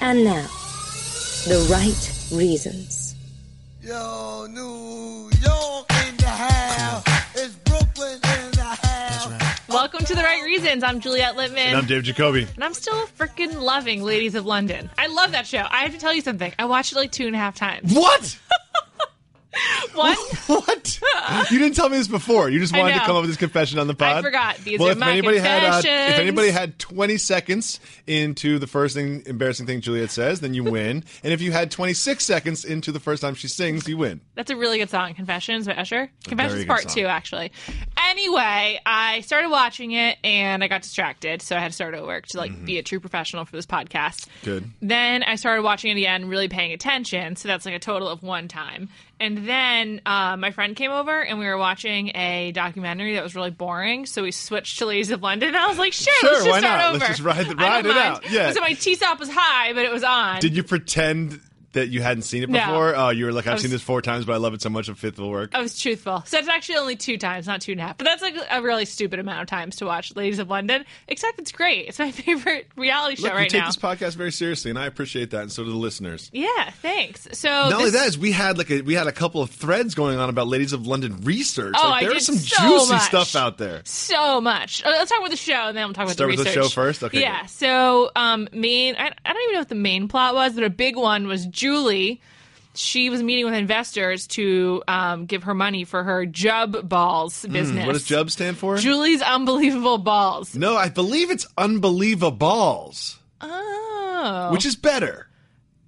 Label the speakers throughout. Speaker 1: And now, the right reasons.
Speaker 2: Yo, New York in the house. It's Brooklyn in the house.
Speaker 3: Welcome to The Right Reasons. I'm Juliette Littman.
Speaker 4: And I'm Dave Jacoby.
Speaker 3: And I'm still freaking loving Ladies of London. I love that show. I have to tell you something. I watched it like two and a half times.
Speaker 4: What?
Speaker 3: One,
Speaker 4: What? you didn't tell me this before. You just
Speaker 3: I
Speaker 4: wanted to
Speaker 3: know.
Speaker 4: come up with this confession on the
Speaker 3: I
Speaker 4: pod.
Speaker 3: forgot. These
Speaker 4: well,
Speaker 3: are
Speaker 4: if
Speaker 3: my
Speaker 4: anybody had uh, if
Speaker 3: confessions.
Speaker 4: anybody had 20 seconds into the first thing embarrassing thing Juliet says, then you win. and if you had 26 seconds into the first time she sings, you win.
Speaker 3: that's a really good song, Confessions by Usher. Confessions
Speaker 4: good
Speaker 3: Part
Speaker 4: song.
Speaker 3: 2, actually. Anyway, I started watching it and I got distracted, so I had to start over to like be a true professional for this podcast.
Speaker 4: Mm-hmm. Good.
Speaker 3: Then I started watching it again, really paying attention. So that's like a total of one time. And then uh, my friend came over and we were watching a documentary that was really boring. So we switched to Ladies of London. And I was like, sure,
Speaker 4: Sure,
Speaker 3: let's just
Speaker 4: why
Speaker 3: start
Speaker 4: not?
Speaker 3: over.
Speaker 4: Let's just ride the-
Speaker 3: I
Speaker 4: ride
Speaker 3: don't
Speaker 4: it
Speaker 3: mind.
Speaker 4: out. Yeah.
Speaker 3: So my T stop was high, but it was on.
Speaker 4: Did you pretend that you hadn't seen it
Speaker 3: No.
Speaker 4: before? Oh, you were like, I've
Speaker 3: was- Oh,
Speaker 4: seen this four times, but I love it so much. A fifth will work.
Speaker 3: I was truthful. So it's actually only two times, not two and a half. But that's like a really stupid amount of times to watch Ladies of London. Except it's great. It's my favorite reality show
Speaker 4: Look, we
Speaker 3: right
Speaker 4: take
Speaker 3: now.
Speaker 4: this podcast very seriously, and I appreciate that, and so do the listeners.
Speaker 3: yeah, thanks. So
Speaker 4: Not only
Speaker 3: this-
Speaker 4: that is we had like a, we had a couple of threads going on about Ladies of London research.
Speaker 3: Oh,
Speaker 4: like,
Speaker 3: I
Speaker 4: there
Speaker 3: did
Speaker 4: is some
Speaker 3: so
Speaker 4: juicy
Speaker 3: much.
Speaker 4: stuff out there.
Speaker 3: so much. Uh, Let's talk about the show, and then we'll talk about
Speaker 4: Start
Speaker 3: the
Speaker 4: with the
Speaker 3: research.
Speaker 4: show first? Okay,
Speaker 3: Yeah.
Speaker 4: good.
Speaker 3: So, um, main. I, I don't even know what the main plot was, but a big one was Julie. She was meeting with investors to um, give her money for her Jub Balls business.
Speaker 4: Mm, What does Jub stand for?
Speaker 3: Julie's unbelievable balls.
Speaker 4: no, I believe it's unbelievables,
Speaker 3: Oh,
Speaker 4: which is better,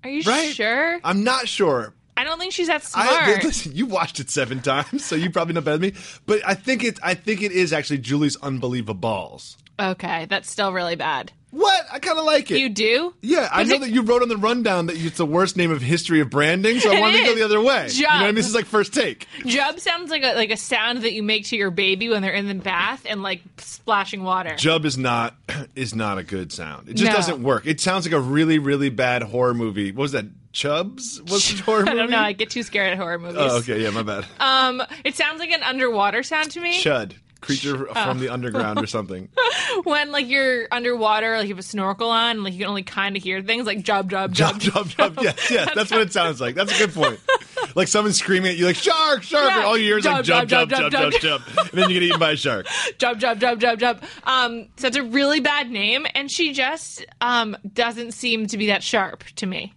Speaker 3: are you
Speaker 4: right?
Speaker 3: sure?
Speaker 4: I'm not sure.
Speaker 3: I don't think she's that smart.
Speaker 4: I, listen, you watched it seven times, so you probably know better than me. But I think it. I think it is actually Julie's unbelievables.
Speaker 3: okay, that's still really bad.
Speaker 4: What? I kind of like it.
Speaker 3: You do?
Speaker 4: yeah, I
Speaker 3: Does
Speaker 4: know
Speaker 3: it-
Speaker 4: that you wrote on the rundown that it's the worst name of history of branding, so I
Speaker 3: It
Speaker 4: wanted to go
Speaker 3: is.
Speaker 4: the other way. You know what I
Speaker 3: Jub.
Speaker 4: mean? This is like first take.
Speaker 3: Jub sounds like a like a sound that you make to your baby when they're in the bath and like splashing water.
Speaker 4: Jub is not is not a good sound. It just
Speaker 3: No.
Speaker 4: doesn't work. It sounds like a really really bad horror movie. What was that? Chubbs? What's the horror
Speaker 3: I
Speaker 4: movie?
Speaker 3: don't know. I get too scared at horror movies.
Speaker 4: Oh, okay, yeah, my bad.
Speaker 3: Um, it sounds like an underwater sound to me.
Speaker 4: Chud, creature from the underground or something.
Speaker 3: When like you're underwater, like you have a snorkel on, and, like you can only kind of hear things like jub jub
Speaker 4: Jump,
Speaker 3: jub.
Speaker 4: jump, jump. Yes, yes, that's what it sounds like. That's a good point. Like someone screaming at you, like shark, shark, and all you hear is like
Speaker 3: Jump,
Speaker 4: jump,
Speaker 3: jump,
Speaker 4: jump, jump,
Speaker 3: jump,
Speaker 4: jump, jump, and then you get eaten by a shark.
Speaker 3: Jub Jub Jub Jub Jub. Um, so it's a really bad name, and she just um doesn't seem to be that sharp to me.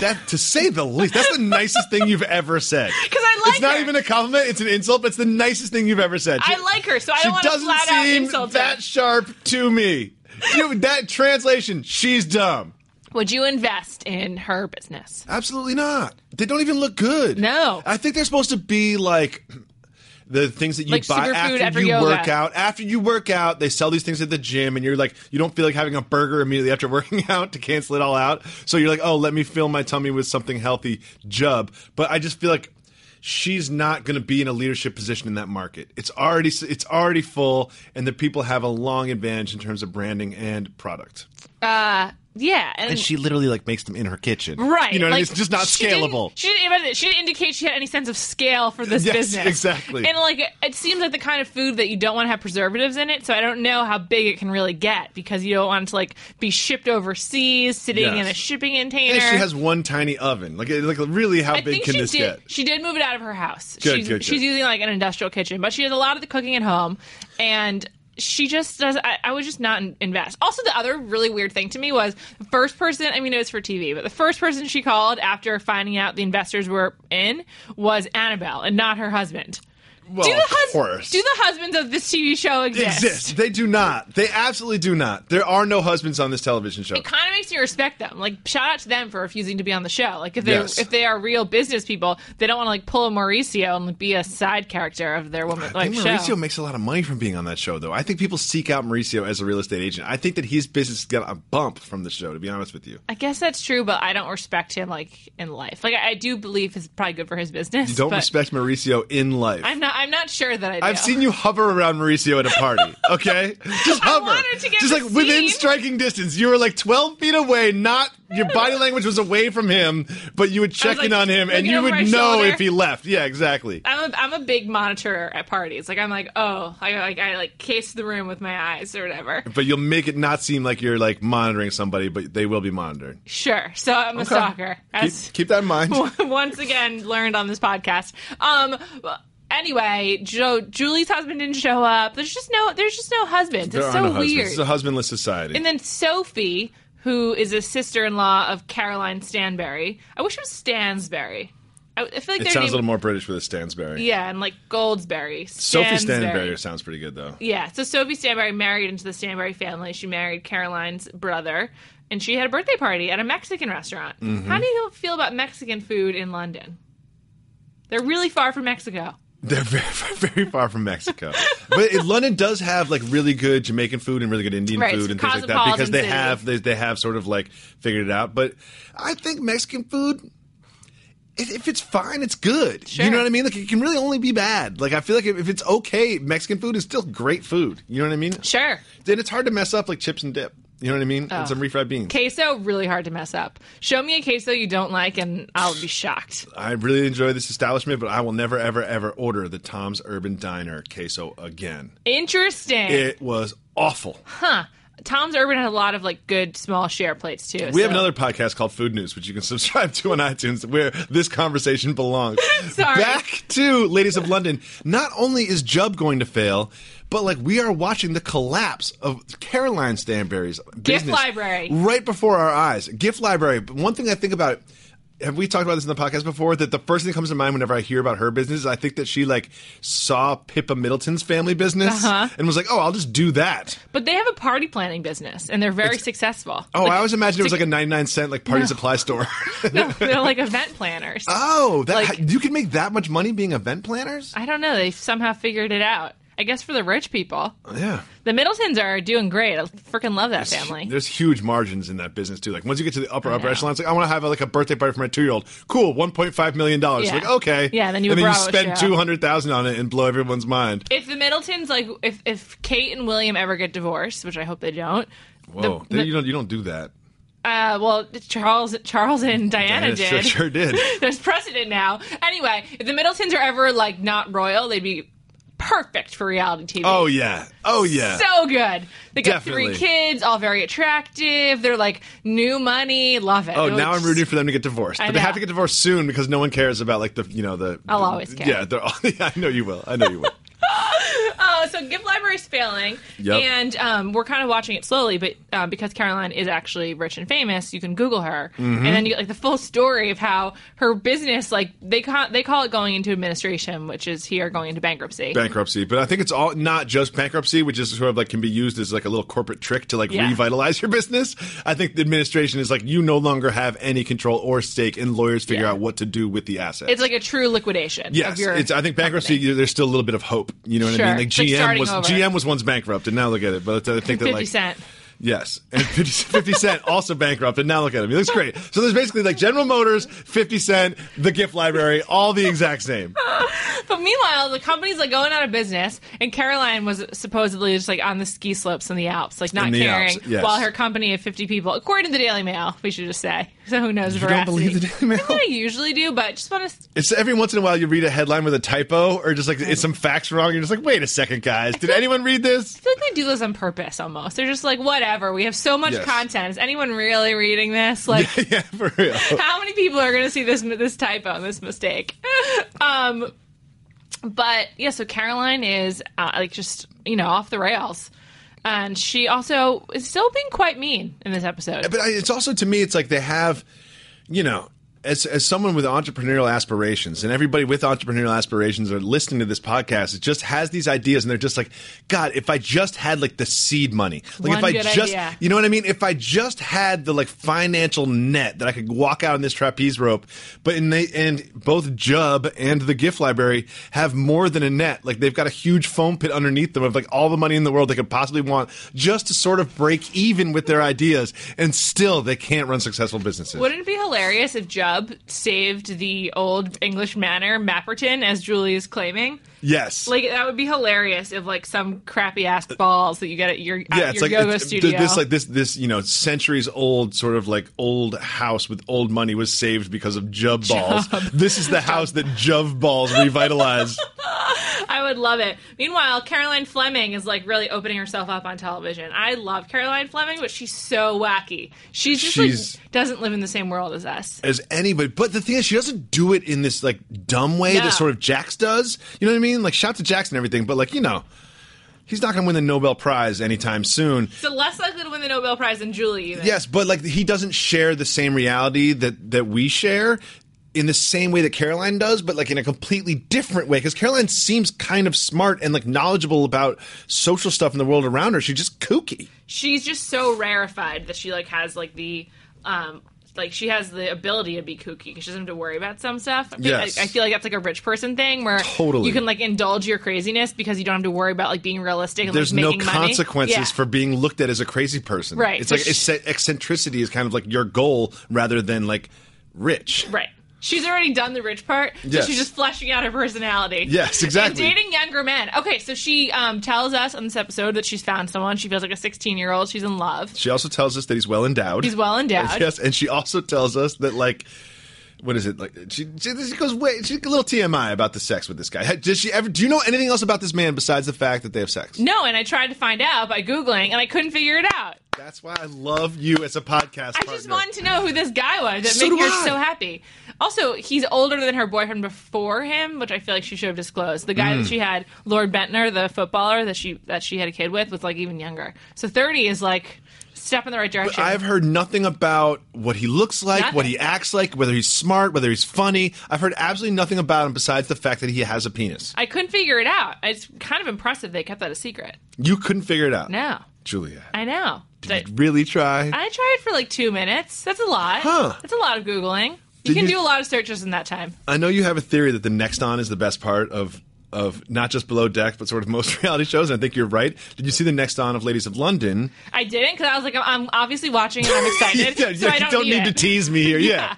Speaker 4: That, to say the least, that's the nicest thing you've ever said.
Speaker 3: 'Cause I like
Speaker 4: It's not
Speaker 3: her.
Speaker 4: even a compliment; it's an insult. But it's the nicest thing you've ever said. She-
Speaker 3: I like her, so I
Speaker 4: she
Speaker 3: don't want to
Speaker 4: doesn't
Speaker 3: flat out
Speaker 4: seem
Speaker 3: insult
Speaker 4: that
Speaker 3: her.
Speaker 4: sharp to me. You- that translation, she's dumb.
Speaker 3: Would you invest in her business?
Speaker 4: Absolutely not. They don't even look good.
Speaker 3: No.
Speaker 4: I think they're supposed to be like the things that you
Speaker 3: Like
Speaker 4: buy
Speaker 3: superfood
Speaker 4: after,
Speaker 3: after
Speaker 4: you
Speaker 3: yoga.
Speaker 4: work out. After you work out, they sell these things at the gym, and you're like, you don't feel like having a burger immediately after working out to cancel it all out. So you're like, oh, let me fill my tummy with something healthy, Jub. But I just feel like she's not going to be in a leadership position in that market. It's already it's already full, and the people have a long advantage in terms of branding and product.
Speaker 3: Uh, Yeah,
Speaker 4: And she literally like makes them in her kitchen,
Speaker 3: right.
Speaker 4: You know, what I
Speaker 3: like,
Speaker 4: mean? it's just not
Speaker 3: she didn't-
Speaker 4: scalable.
Speaker 3: She didn't, even- she didn't indicate she had any sense of scale for this
Speaker 4: Yes,
Speaker 3: business.
Speaker 4: exactly.
Speaker 3: And like, it seems like the kind of food that you don't want to have preservatives in it. So I don't know how big it can really get because you don't want it to like be shipped overseas, sitting
Speaker 4: Yes.
Speaker 3: in a shipping container.
Speaker 4: And she has one tiny oven. Like, it- like really, how
Speaker 3: I
Speaker 4: big
Speaker 3: think
Speaker 4: can
Speaker 3: she
Speaker 4: this
Speaker 3: did.
Speaker 4: get?
Speaker 3: She did move it out of her house.
Speaker 4: Good,
Speaker 3: she's,
Speaker 4: good, good.
Speaker 3: she's using like an industrial kitchen, but she does a lot of the cooking at home, and she just does. I, I would just not in- invest. Also, the other really weird thing to me was the first person. I mean, it was for TV, but the first person she called after finding out the investors were in was Annabelle, and not her husband.
Speaker 4: Well,
Speaker 3: do the
Speaker 4: of
Speaker 3: hus-
Speaker 4: course.
Speaker 3: Do the husbands of this TV show
Speaker 4: They
Speaker 3: exist?
Speaker 4: exist. They do not. They absolutely do not. There are no husbands on this television show.
Speaker 3: It kind of makes me respect them. Like, shout out to them for refusing to be on the show. Like, if they
Speaker 4: Yes.
Speaker 3: if they are real business people, they don't want to like pull a Mauricio and be a side character of their woman
Speaker 4: I
Speaker 3: like
Speaker 4: think
Speaker 3: show.
Speaker 4: Mauricio makes a lot of money from being on that show, though. I think people seek out Mauricio as a real estate agent. I think that his business got a bump from the show. To be honest with you,
Speaker 3: I guess that's true, but I don't respect him like in life. Like, I, I do believe it's probably good for his business.
Speaker 4: you don't
Speaker 3: but
Speaker 4: respect Mauricio in life.
Speaker 3: I'm not. I'm not sure that I do.
Speaker 4: I've seen you hover around Mauricio at a party. Okay, just hover,
Speaker 3: wanted to get
Speaker 4: just like
Speaker 3: the
Speaker 4: within
Speaker 3: scene.
Speaker 4: striking distance. You were like twelve feet away. Not your body language was away from him, but you would check
Speaker 3: like,
Speaker 4: in on him, and
Speaker 3: looking
Speaker 4: you
Speaker 3: over
Speaker 4: would
Speaker 3: my
Speaker 4: know
Speaker 3: shoulder. Uh,
Speaker 4: if he left. Yeah, exactly.
Speaker 3: I'm a, I'm a big monitor at parties. Like I'm like, oh, I like I like case the room with my eyes or whatever.
Speaker 4: But you'll make it not seem like you're like monitoring somebody, but they will be monitored.
Speaker 3: Sure. So I'm a stalker.
Speaker 4: Keep,
Speaker 3: As
Speaker 4: keep that in mind.
Speaker 3: once again learned on this podcast. Um. Anyway, Joe, Julie's husband didn't show up. There's just no. There's just no husbands.
Speaker 4: There
Speaker 3: It's
Speaker 4: are
Speaker 3: so
Speaker 4: no husbands.
Speaker 3: weird.
Speaker 4: It's a husbandless society.
Speaker 3: And then Sophie, who is a sister-in-law of Caroline Stanberry. I wish it was Stansberry. I, I feel like
Speaker 4: it
Speaker 3: their
Speaker 4: sounds
Speaker 3: name,
Speaker 4: a little more British with a Stansberry.
Speaker 3: yeah, and like Goldsberry.
Speaker 4: Sophie
Speaker 3: Stansberry.
Speaker 4: Stansberry sounds pretty good though.
Speaker 3: Yeah, so Sophie Stanberry married into the Stanberry family. She married Caroline's brother, and she had a birthday party at a Mexican restaurant.
Speaker 4: Mm-hmm.
Speaker 3: How do you feel about Mexican food in London? They're really far from Mexico.
Speaker 4: They're very, very far from Mexico, but it, London does have like really good Jamaican food and really good Indian
Speaker 3: Right, it's
Speaker 4: food and things like that
Speaker 3: cosmopolitan
Speaker 4: because they
Speaker 3: city.
Speaker 4: have they, they have sort of like figured it out. But I think Mexican food, if, if it's fine, it's good. You
Speaker 3: Sure.
Speaker 4: know what I mean? Like it can really only be bad. Like I feel like if, if it's okay, Mexican food is still great food. You know what I mean?
Speaker 3: Sure.
Speaker 4: Then it's hard to mess up like chips and dip. You know what I mean? And
Speaker 3: Oh.
Speaker 4: some refried beans.
Speaker 3: Queso, really hard to mess up. Show me a queso you don't like, and I'll be shocked.
Speaker 4: I really enjoy this establishment, but I will never, ever, ever order the Tom's Urban Diner queso again.
Speaker 3: Interesting.
Speaker 4: It was awful.
Speaker 3: huh. Tom's Urban had a lot of like good small share plates too.
Speaker 4: We have
Speaker 3: so-
Speaker 4: another podcast called Food News, which you can subscribe to on iTunes, where this conversation belongs.
Speaker 3: Sorry.
Speaker 4: Back to Ladies of London. Not only is Jub going to fail, but like we are watching the collapse of Caroline Stanberry's business
Speaker 3: library.
Speaker 4: right before our eyes. Gift library. But one thing I think about. Have we talked about this in the podcast before? That the first thing that comes to mind whenever I hear about her business is I think that she like saw Pippa Middleton's family business
Speaker 3: Uh-huh.
Speaker 4: and was like, "Oh, I'll just do that."
Speaker 3: But they have a party planning business, and they're very successful.
Speaker 4: Oh,
Speaker 3: Like,
Speaker 4: I always imagined it was like a ninety-nine cent like party supply store.
Speaker 3: no, they're like event planners.
Speaker 4: Oh, that
Speaker 3: Like-
Speaker 4: you can make that much money being event planners?
Speaker 3: I don't know. They somehow figured it out. I guess for the rich people,
Speaker 4: yeah.
Speaker 3: the Middletons are doing great. I freaking love that family.
Speaker 4: There's huge margins in that business too. Like once you get to the upper upper
Speaker 3: know.
Speaker 4: echelon, it's like I want to have like a birthday party for my two year old. Cool, one point five million dollars.
Speaker 3: Yeah.
Speaker 4: Like okay,
Speaker 3: Yeah, then you
Speaker 4: and then you
Speaker 3: Bravo
Speaker 4: spend
Speaker 3: show.
Speaker 4: two hundred thousand on it and blow everyone's mind.
Speaker 3: If the Middletons, like, if if Kate and William ever get divorced, which I hope they don't.
Speaker 4: Whoa,
Speaker 3: the-
Speaker 4: you don't you don't do that.
Speaker 3: Uh, well, Charles, Charles and Diana
Speaker 4: Diana sure-
Speaker 3: did.
Speaker 4: sure did.
Speaker 3: There's precedent now. Anyway, if the Middletons are ever like not royal, they'd be perfect for reality TV.
Speaker 4: Oh yeah, oh yeah.
Speaker 3: so good. They got
Speaker 4: Definitely.
Speaker 3: three kids, all very attractive. They're like new money. Love it.
Speaker 4: Oh,
Speaker 3: It would
Speaker 4: now I'm
Speaker 3: just-
Speaker 4: rooting for them to get divorced, but they
Speaker 3: know.
Speaker 4: have to get divorced soon because no one cares about like the you know the.
Speaker 3: I'll always care.
Speaker 4: Yeah, they're all, I know you will. I know you will.
Speaker 3: Oh, so Gift Library's failing,
Speaker 4: Yep.
Speaker 3: and um, we're kind of watching it slowly. But uh, because Caroline is actually rich and famous, you can Google her, and
Speaker 4: Mm-hmm.
Speaker 3: then you get like the full story of how her business, like they call, they call it going into administration, which is here going into bankruptcy.
Speaker 4: bankruptcy, but I think it's all not just bankruptcy, which is sort of like can be used as like a little corporate trick to like
Speaker 3: Yeah.
Speaker 4: revitalize your business. I think the administration is like you no longer have any control or stake, and lawyers figure
Speaker 3: Yeah.
Speaker 4: out what to do with the asset.
Speaker 3: it's like a true liquidation.
Speaker 4: yes,
Speaker 3: of your
Speaker 4: it's. I think bankruptcy.
Speaker 3: company.
Speaker 4: you- There's still a little bit of hope. You know what I
Speaker 3: Sure.
Speaker 4: mean? Like
Speaker 3: It's like
Speaker 4: GM
Speaker 3: starting
Speaker 4: was
Speaker 3: over.
Speaker 4: GM was once bankrupt, and now look at it. But I think that
Speaker 3: Fifty
Speaker 4: like
Speaker 3: Cent.
Speaker 4: Yes, and 50, 50 Cent also bankrupt, and now look at him. He looks great. So there's basically like General Motors, 50 Cent, the gift library, all the exact same.
Speaker 3: But meanwhile, the company's like going out of business, and Caroline was supposedly just like on the ski slopes in the Alps, like not
Speaker 4: In the
Speaker 3: caring,
Speaker 4: Alps, yes.
Speaker 3: while her company of 50 people, according to the Daily Mail, we should just say. So who knows?
Speaker 4: You don't believe the
Speaker 3: veracity.
Speaker 4: Daily Mail?
Speaker 3: I usually do, but just want to
Speaker 4: It's every once in a while you read a headline with a typo or just like it's some facts wrong. You're just like, wait a second, guys, did anyone read this?
Speaker 3: I feel like they do this on purpose almost. They're just like, whatever, we have so much
Speaker 4: Yes.
Speaker 3: content. Is anyone really reading this? Like,
Speaker 4: yeah, for real.
Speaker 3: how many people are going to see this this typo and this mistake? um, but yeah, so Caroline is uh, like just you know off the rails, and she also is still being quite mean in this episode.
Speaker 4: But I, it's also to me, it's like they have, you know, as as someone with entrepreneurial aspirations, and everybody with entrepreneurial aspirations are listening to this podcast. It just has these ideas, and they're just like, God, if I just had like the seed money, like
Speaker 3: One
Speaker 4: if
Speaker 3: good
Speaker 4: I just,
Speaker 3: idea.
Speaker 4: you know what I mean? If I just had the like financial net that I could walk out on this trapeze rope, but in they and both Jub and the Gift Library have more than a net. Like they've got a huge foam pit underneath them of like all the money in the world they could possibly want just to sort of break even with their ideas, and still they can't run successful businesses.
Speaker 3: Wouldn't it be hilarious if Jubb saved the old English manor Mapperton, as Julie is claiming?
Speaker 4: Yes.
Speaker 3: Like that would be hilarious if like some crappy ass balls that you get at your at
Speaker 4: yeah, it's
Speaker 3: your
Speaker 4: like
Speaker 3: yoga
Speaker 4: it's-
Speaker 3: studio.
Speaker 4: this like this this you know centuries old sort of like old house with old money was saved because of Jub balls. This is the house that Jub balls revitalized.
Speaker 3: I would love it. Meanwhile, Caroline Fleming is like really opening herself up on television. I love Caroline Fleming, but she's so wacky. She's just
Speaker 4: She's-
Speaker 3: like doesn't live in the same world as us.
Speaker 4: as anybody. But the thing is, she doesn't do it in this like dumb way
Speaker 3: No.
Speaker 4: that sort of Jax does. You know what I mean? Like shout to Jax and everything, but like you know, he's not going to win the Nobel Prize anytime soon.
Speaker 3: So less likely to win the Nobel Prize than Julie. Even.
Speaker 4: Yes, but like he doesn't share the same reality that that we share in the same way that Caroline does, but like in a completely different way. Because Caroline seems kind of smart and like knowledgeable about social stuff in the world around her. She's just kooky.
Speaker 3: she's just so rarefied that she like has like the um like she has the ability to be kooky because she doesn't have to worry about some stuff. I, think-
Speaker 4: Yes.
Speaker 3: I, I feel like that's like a rich person thing where
Speaker 4: Totally.
Speaker 3: you can like indulge your craziness because you don't have to worry about like being realistic. And,
Speaker 4: There's
Speaker 3: like,
Speaker 4: no
Speaker 3: making money.
Speaker 4: consequences
Speaker 3: Yeah.
Speaker 4: for being looked at as a crazy person.
Speaker 3: Right.
Speaker 4: It's
Speaker 3: So
Speaker 4: like
Speaker 3: she-
Speaker 4: ecce- eccentricity is kind of like your goal rather than like rich.
Speaker 3: Right. She's already done the rich part, so
Speaker 4: Yes.
Speaker 3: she's just fleshing out her personality.
Speaker 4: Yes, exactly.
Speaker 3: And dating younger men. Okay, so she um, tells us on this episode that she's found someone. She feels like a 16 year old. She's in love.
Speaker 4: She also tells us that he's well endowed.
Speaker 3: He's well endowed.
Speaker 4: Yes, and she also tells us that like. What is it like? She, she, she goes wait. She's a little TMI about the sex with this guy. Does she ever? Do you know anything else about this man besides the fact that they have sex?
Speaker 3: No, and I tried to find out by Googling, and I couldn't figure it out.
Speaker 4: That's why I love you as a podcast.
Speaker 3: I just wanted to know who this guy was that
Speaker 4: So
Speaker 3: made
Speaker 4: do
Speaker 3: her
Speaker 4: I.
Speaker 3: so happy. Also, he's older than her boyfriend before him, which I feel like she should have disclosed. The
Speaker 4: Mm.
Speaker 3: guy that she had, Lord Bentner, the footballer that she that she had a kid with, was like even younger. So thirty is like a step in the right direction.
Speaker 4: I've heard nothing about what he looks like, what
Speaker 3: Nothing.
Speaker 4: he acts like, whether he's smart, whether he's funny. I've heard absolutely nothing about him besides the fact that he has a penis.
Speaker 3: I couldn't figure it out. It's kind of impressive they kept that a secret.
Speaker 4: You couldn't figure it out.
Speaker 3: No,
Speaker 4: Julia.
Speaker 3: I know.
Speaker 4: did
Speaker 3: But
Speaker 4: you really try?
Speaker 3: I tried for like two minutes. That's a lot.
Speaker 4: Huh.
Speaker 3: That's a lot of googling. You
Speaker 4: Did
Speaker 3: can
Speaker 4: you-
Speaker 3: do a lot of searches in that time.
Speaker 4: I know you have a theory that the next on is the best part of of not just below deck, but sort of most reality shows. And I think you're right. Did you see the next on of Ladies of London?
Speaker 3: I didn't because I was like, I'm I'm obviously watching and I'm excited.
Speaker 4: yeah,
Speaker 3: so
Speaker 4: yeah,
Speaker 3: I
Speaker 4: you
Speaker 3: don't,
Speaker 4: don't need
Speaker 3: it.
Speaker 4: to tease me here. Yeah.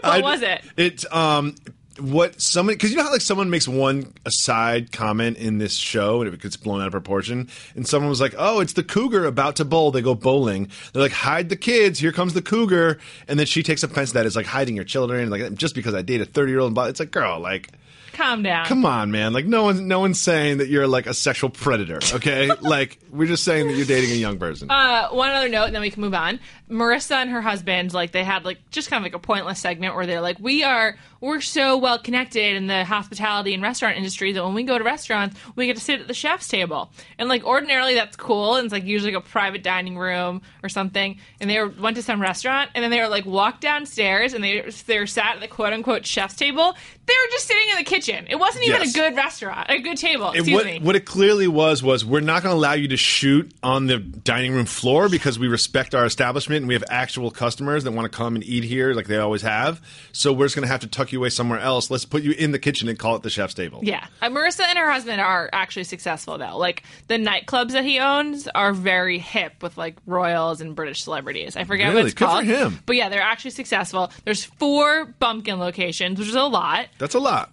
Speaker 3: what
Speaker 4: I-
Speaker 3: was it?
Speaker 4: It's um what someone because you know how like someone makes one aside comment in this show and if it gets blown out of proportion and someone was like oh it's the cougar about to bowl they go bowling they're like hide the kids here comes the cougar and then she takes offense to that it's like hiding your children like just because I date a thirty year old it's like girl like
Speaker 3: Calm down.
Speaker 4: Come on, man. Like no one's no one's saying that you're like a sexual predator, okay? like we're just saying that you're dating a young person.
Speaker 3: Uh, one other note, and then we can move on. Marissa and her husband, like they had like just kind of like a pointless segment where they're like, "We are we're so well connected in the hospitality and restaurant industry that when we go to restaurants, we get to sit at the chef's table." And like ordinarily that's cool, and it's like usually like, a private dining room or something. And they were, went to some restaurant, and then they were like walked downstairs, and they they were sat at the quote unquote chef's table. They were just sitting in the kitchen. It wasn't even
Speaker 4: Yes.
Speaker 3: a good restaurant, a good table.
Speaker 4: And
Speaker 3: Excuse
Speaker 4: what,
Speaker 3: me.
Speaker 4: what it clearly was was we're not going to allow you to shoot on the dining room floor because we respect our establishment and we have actual customers that want to come and eat here like they always have. So we're just going to have to tuck you away somewhere else. Let's put you in the kitchen and call it the chef's table.
Speaker 3: Yeah. Uh, Marissa and her husband are actually successful, though. Like, the nightclubs that he owns are very hip with, like, royals and British celebrities. I forget what
Speaker 4: Really?
Speaker 3: it's
Speaker 4: Good for
Speaker 3: called.
Speaker 4: him.
Speaker 3: But yeah, they're actually successful. There's four bumpkin locations, which is a lot.
Speaker 4: That's a lot.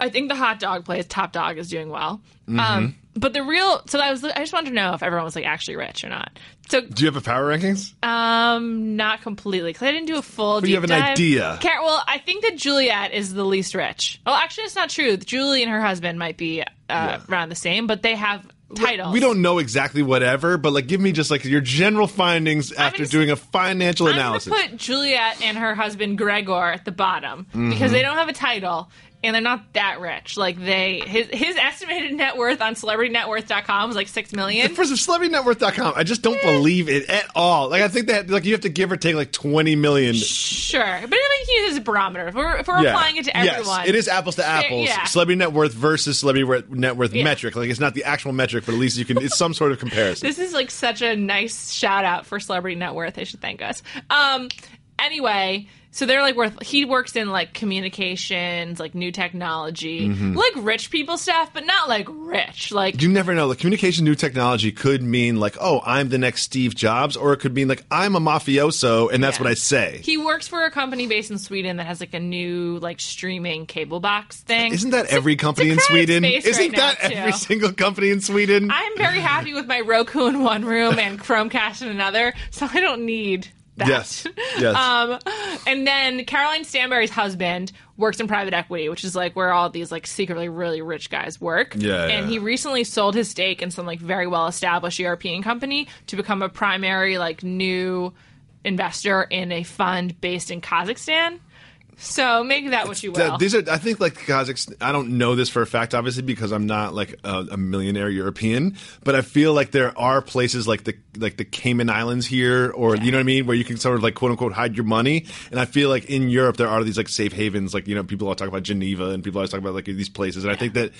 Speaker 3: I think the hot dog place, Top Dog, is doing well.
Speaker 4: Mm-hmm.
Speaker 3: Um, but the real, so I was, I just wanted to know if everyone was like actually rich or not. So
Speaker 4: Do you have a power rankings?
Speaker 3: um, not completely because I didn't do a full.
Speaker 4: But you
Speaker 3: deep
Speaker 4: have an
Speaker 3: dive.
Speaker 4: idea.
Speaker 3: Car- well, I think that Juliet is the least rich. Well, actually, it's not true. Julie and her husband might be uh, around the same, but they have titles.
Speaker 4: we don't know exactly whatever, but like give me just like your general findings after
Speaker 3: just-
Speaker 4: doing a financial
Speaker 3: I'm gonna
Speaker 4: analysis.
Speaker 3: put Juliet and her husband Gregor at the bottom
Speaker 4: Mm-hmm.
Speaker 3: because they don't have a title and they're not that rich. Like they, his his estimated net worth on CelebrityNetWorth.com was like six million.
Speaker 4: First of celebritynetworth.com, I just don't believe it at all. Like I think that like you have to give or take like twenty million.
Speaker 3: Sure, but I think he uses a barometer. If we're, if we're applying it to everyone,
Speaker 4: Yes, it is apples to apples.
Speaker 3: yeah.
Speaker 4: Celebrity net worth versus celebrity wor- net worth
Speaker 3: Yeah.
Speaker 4: metric. Like it's not the actual metric, but at least you can. It's some sort of comparison.
Speaker 3: This is like such a nice shout out for Celebrity Net Worth. They should thank us. Um, Anyway, so they're like worth. He works in like communications, like new technology, like rich people stuff, but not like rich. Like
Speaker 4: Mm-hmm. You never know. Like communication, new technology could mean like, oh, I'm the next Steve Jobs, or it could mean like I'm a mafioso, and that's
Speaker 3: Yeah.
Speaker 4: what I say.
Speaker 3: He works for a company based in Sweden that has like a new like streaming cable box thing.
Speaker 4: Isn't that every company
Speaker 3: a
Speaker 4: in
Speaker 3: crowded
Speaker 4: Sweden?
Speaker 3: space
Speaker 4: Isn't
Speaker 3: right now,
Speaker 4: that every
Speaker 3: too.
Speaker 4: single company in Sweden?
Speaker 3: I'm very happy with my Roku in one room and Chromecast in another, so I don't need that.
Speaker 4: Yes. Yes.
Speaker 3: Um, and then Caroline Stanberry's husband works in private equity, which is like where all these like secretly really rich guys work.
Speaker 4: Yeah,
Speaker 3: And
Speaker 4: yeah.
Speaker 3: he recently sold his stake in some like very well established European company to become a primary like new investor in a fund based in Kazakhstan. So make that what you will.
Speaker 4: Th- these are, I think, like Kazakhstan. I don't know this for a fact, obviously, because I'm not like a, a millionaire European. But I feel like there are places like the like the Cayman Islands here, or you know what I mean, where you can sort of like quote unquote hide your money. And I feel like in Europe there are these like safe havens, like you know, people all talk about Geneva, and people always talk about like these places. And I think that,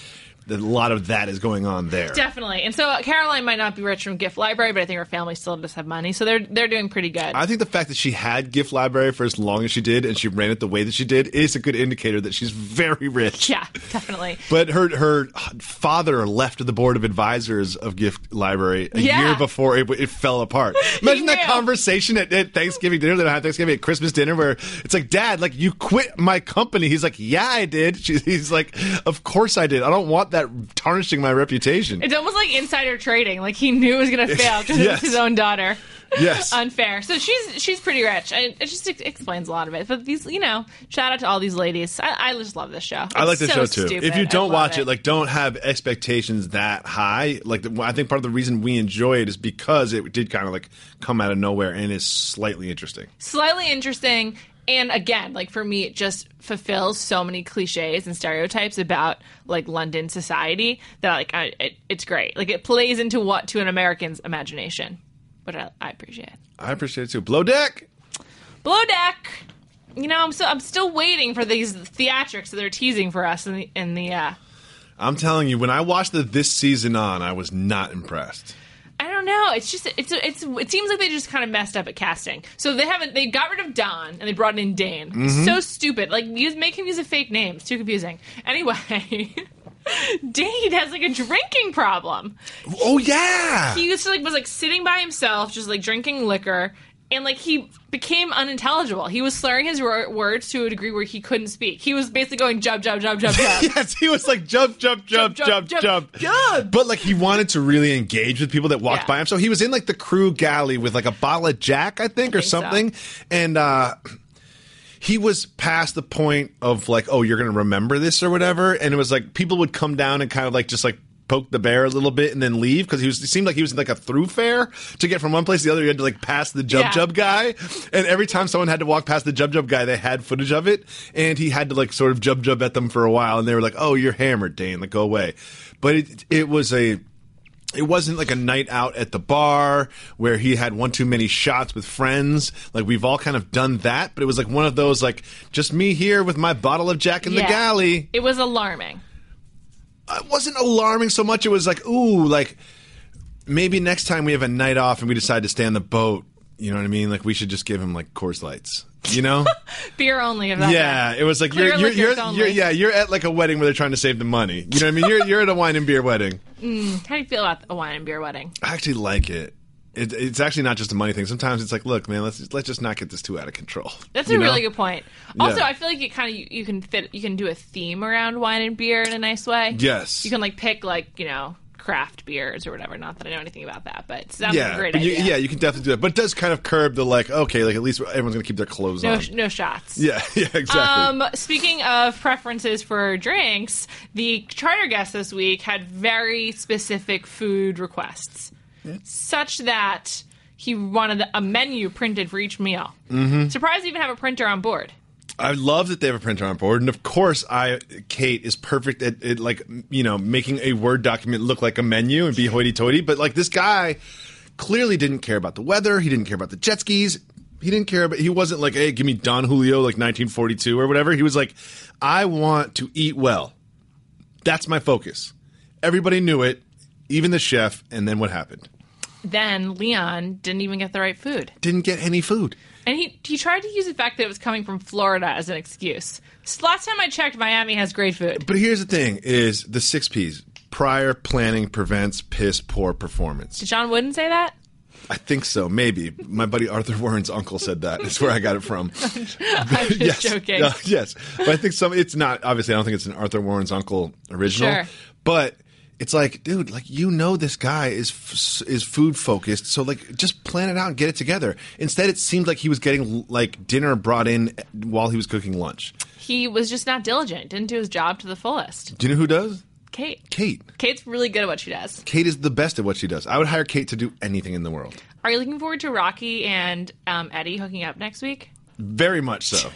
Speaker 4: that a lot of that is going on there.
Speaker 3: Definitely. And so uh, Caroline might not be rich from gift library, but I think her family still does have money, so they're they're doing pretty good.
Speaker 4: I think the fact that she had Gift Library for as long as she did, and she ran it the way that she did, is a good indicator that she's very rich.
Speaker 3: yeah, definitely.
Speaker 4: But her her father left the board of advisors of Gift Library a
Speaker 3: Yeah.
Speaker 4: year before it, it fell apart. Imagine that
Speaker 3: knew.
Speaker 4: conversation at, at Thanksgiving dinner. They don't have Thanksgiving at Christmas dinner where it's like, Dad, like you quit my company. He's like, Yeah, I did. She, he's like, Of course I did. I don't want that tarnishing my reputation.
Speaker 3: It's almost like insider trading. Like he knew it was going to fail because
Speaker 4: Yes.
Speaker 3: it's his own daughter.
Speaker 4: yes.
Speaker 3: Unfair. So she's she's pretty rich. And it just ex- explains a lot of it. But these, you know, shout out to all these ladies. I, I just love this show.
Speaker 4: I like
Speaker 3: It's
Speaker 4: the
Speaker 3: so
Speaker 4: show too.
Speaker 3: stupid.
Speaker 4: If you
Speaker 3: I
Speaker 4: don't
Speaker 3: love
Speaker 4: watch it, like don't have expectations that high. Like the, I think part of the reason we enjoy it is because it did kind of like come out of nowhere and is slightly interesting.
Speaker 3: slightly interesting and again like for me it just fulfills so many cliches and stereotypes about like london society that like I, it, it's great like it plays into what to an american's imagination but i, I appreciate it
Speaker 4: I appreciate it too. Blow deck.
Speaker 3: below deck you know i'm so i'm still waiting for these theatrics that they're teasing for us in the in the uh
Speaker 4: I'm telling you, when I watched the this season on, I was not impressed.
Speaker 3: I don't know. It's just it's it's it seems like they just kind of messed up at casting. So they haven't they got rid of Don and they brought in Dane. So stupid. Like use make him use a fake name. It's too confusing. Anyway, Dane has like a drinking problem.
Speaker 4: Oh yeah.
Speaker 3: He used to like was like sitting by himself, just like drinking liquor, and like he became unintelligible. He was slurring his wor- words to a degree where he couldn't speak. He was basically going jub jub jub jub jub.
Speaker 4: Yes, he was like jump, jump, jump, jump,
Speaker 3: Jump,
Speaker 4: jump,
Speaker 3: jump, jump.
Speaker 4: But like he wanted to really engage with people that walked
Speaker 3: Yeah.
Speaker 4: by him, so he was in like the crew galley with like a bottle of Jack, I think, or
Speaker 3: think so.
Speaker 4: something, and uh he was past the point of like, oh, you're gonna remember this or whatever, and it was like people would come down and kind of like just like. Poke the bear a little bit and then leave because he was. It seemed like he was in like a through fare to get from one place to the other. You had to like pass the jub
Speaker 3: Yeah.
Speaker 4: jub guy, and every time someone had to walk past the jub jub guy, they had footage of it, and he had to like sort of jub jub at them for a while, and they were like, "Oh, you're hammered, Dane, like go away." But it it was a it wasn't like a night out at the bar where he had one too many shots with friends. Like we've all kind of done that, but it was like one of those like just me here with my bottle of Jack in the
Speaker 3: Yeah.
Speaker 4: galley
Speaker 3: It was alarming.
Speaker 4: it wasn't alarming so much. It was like, ooh, like maybe next time we have a night off and we decide to stay on the boat. You know what I mean? Like we should just give him like Coors Lights. You know?
Speaker 3: Beer only. If that's
Speaker 4: yeah. It was like you're
Speaker 3: Clear
Speaker 4: you're,
Speaker 3: liquors
Speaker 4: you're,
Speaker 3: only.
Speaker 4: you're yeah you're at like a wedding where they're trying to save the money. You know what I mean? You're you're at a wine and beer wedding.
Speaker 3: How do you feel about a wine and beer wedding?
Speaker 4: I actually like it. it. It's actually not just a money thing. Sometimes it's like, look, man, let's let's just not get this too out of control.
Speaker 3: That's
Speaker 4: You
Speaker 3: a
Speaker 4: know?
Speaker 3: really good point. Also,
Speaker 4: Yeah.
Speaker 3: I feel like it kind of you, you can fit you can do a theme around wine and beer in a nice way.
Speaker 4: Yes.
Speaker 3: you can like pick like you know craft beers or whatever. Not that I know anything about that, but it sounds like
Speaker 4: Yeah,
Speaker 3: a great
Speaker 4: but you,
Speaker 3: idea.
Speaker 4: yeah, you can definitely do that, but it does kind of curb the like, okay, like at least everyone's gonna keep their clothes
Speaker 3: no
Speaker 4: on.
Speaker 3: sh- no shots.
Speaker 4: yeah, yeah, exactly.
Speaker 3: Um, speaking of preferences for drinks, the charter guest this week had very specific food requests, such that he wanted a menu printed for each meal. Mm-hmm. Surprised they even have a printer on board.
Speaker 4: I love that they have a printer on board, and of course, I Kate is perfect at, at like m- you know making a word document look like a menu and be hoity-toity. But like this guy clearly didn't care about the weather. He didn't care about the jet skis. He didn't care about. He wasn't like, hey, give me Don Julio like 1942 or whatever. He was like, I want to eat well. That's my focus. Everybody knew it, even the chef. And then what happened?
Speaker 3: then Leon didn't even get the right food.
Speaker 4: Didn't get any food.
Speaker 3: And he, he tried to use the fact that it was coming from Florida as an excuse. So last time I checked, Miami has great food.
Speaker 4: But here's the thing: is the six P's prior planning prevents piss poor performance.
Speaker 3: Did John Wooden say that?
Speaker 4: I think so, maybe. My buddy Arthur Warren's uncle said that. That's where I got it from.
Speaker 3: I'm just
Speaker 4: yes.
Speaker 3: joking.
Speaker 4: Uh, yes. But I think some it's not obviously I don't think it's an Arthur Warren's uncle original.
Speaker 3: Sure.
Speaker 4: But it's like, dude, like you know this guy is f- is food focused, so like just plan it out and get it together. Instead, it seemed like he was getting like dinner brought in while he was cooking lunch.
Speaker 3: He was just not diligent, didn't do his job to the fullest.
Speaker 4: Do you know who does?
Speaker 3: Kate.
Speaker 4: Kate.
Speaker 3: Kate's really good at what she does.
Speaker 4: Kate is the best at what she does. I would hire Kate to do anything in the world.
Speaker 3: Are you looking forward to Rocky and um, Eddie hooking up next week?
Speaker 4: Very much so.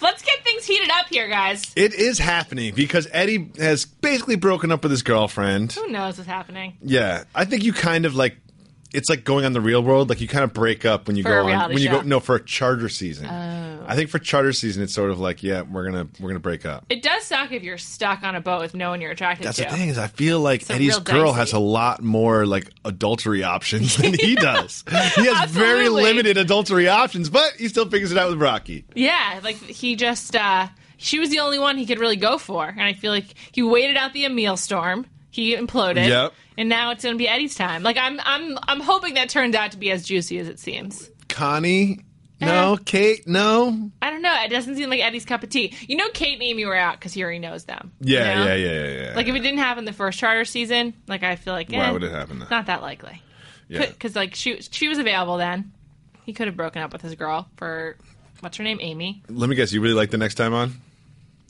Speaker 3: Let's get things heated up here, guys.
Speaker 4: It is happening because Eddie has basically broken up with his girlfriend.
Speaker 3: Who knows what's happening?
Speaker 4: Yeah, I think you kind of like it's like going on the real world. Like you kind of break up when you
Speaker 3: For a
Speaker 4: go on
Speaker 3: reality
Speaker 4: when you go
Speaker 3: show. Oh.
Speaker 4: no for a charter season. I think for charter season it's sort of like yeah we're gonna we're gonna break up.
Speaker 3: It does suck if you're stuck on a boat with no one you're attracted
Speaker 4: That's
Speaker 3: to.
Speaker 4: the thing is I feel like
Speaker 3: a
Speaker 4: Eddie's
Speaker 3: real
Speaker 4: girl
Speaker 3: dicey.
Speaker 4: has a lot more like adultery options than he does. He has very
Speaker 3: Absolutely.
Speaker 4: limited adultery options, but he still figures it out with Rocky.
Speaker 3: Yeah, like he just uh she was the only one he could really go for, and I feel like he waited out the Emil storm. He imploded.
Speaker 4: Yep.
Speaker 3: And now it's gonna be Eddie's time. Like I'm I'm I'm hoping that turns out to be as juicy as it seems.
Speaker 4: Connie, no.
Speaker 3: Eh.
Speaker 4: Kate, no.
Speaker 3: I don't know. It doesn't seem like Eddie's cup of tea. You know, Kate and Amy were out because he already knows them. you
Speaker 4: Yeah,
Speaker 3: know?
Speaker 4: yeah, yeah, yeah, yeah.
Speaker 3: Like if it didn't happen the first charter season, like I feel like
Speaker 4: Why
Speaker 3: eh,
Speaker 4: would it happen then?
Speaker 3: Not that likely.
Speaker 4: Yeah.
Speaker 3: Because like she she was available then. He could have broken up with his girl for what's her name, Amy.
Speaker 4: Let me guess. You really like the next time on?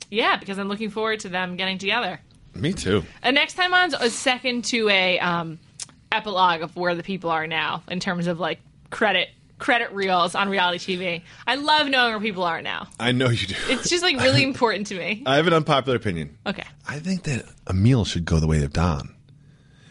Speaker 3: Yeah, because I'm looking forward to them getting together.
Speaker 4: Me too.
Speaker 3: Uh, next time on's a second to a um, epilogue of where the people are now in terms of like credit credit reels on reality TV. I love knowing where people are now.
Speaker 4: I know you do.
Speaker 3: It's just like really important to me.
Speaker 4: I have an unpopular opinion.
Speaker 3: Okay,
Speaker 4: I think that Emil should go the way of Don.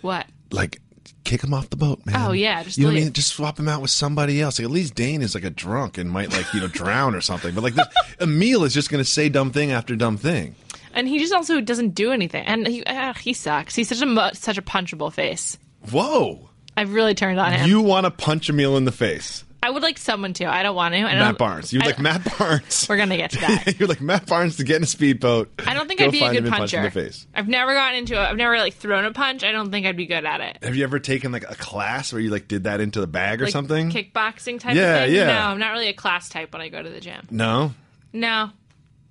Speaker 3: what?
Speaker 4: Like, kick him off the boat, man.
Speaker 3: Oh, yeah, just
Speaker 4: you know what I
Speaker 3: leave.
Speaker 4: mean. Just swap him out with somebody else. Like, at least Dane is like a drunk and might like you know drown or something. But like, this, Emil is just going to say dumb thing after dumb thing.
Speaker 3: And he just also doesn't do anything, and he ah, he sucks. He's such a mu- such a punchable face.
Speaker 4: Whoa!
Speaker 3: I've really turned on him.
Speaker 4: You want to punch Emil in the face,
Speaker 3: I would like someone to. I don't want to. I
Speaker 4: Matt
Speaker 3: don't-
Speaker 4: Barnes? You
Speaker 3: I-
Speaker 4: like Matt Barnes?
Speaker 3: We're gonna get to that.
Speaker 4: You're like Matt Barnes to get in a speedboat.
Speaker 3: I don't think
Speaker 4: Go
Speaker 3: I'd be a
Speaker 4: find
Speaker 3: good
Speaker 4: him and
Speaker 3: puncher.
Speaker 4: Punch him in the face.
Speaker 3: I've never gotten into it. I've never like thrown a punch. I don't think I'd be good at it.
Speaker 4: Have you ever taken like a class where you like did that into the bag or
Speaker 3: like
Speaker 4: something?
Speaker 3: kickboxing type
Speaker 4: Yeah,
Speaker 3: of thing.
Speaker 4: yeah.
Speaker 3: No, I'm not really a class type when I go to the gym.
Speaker 4: no.
Speaker 3: No.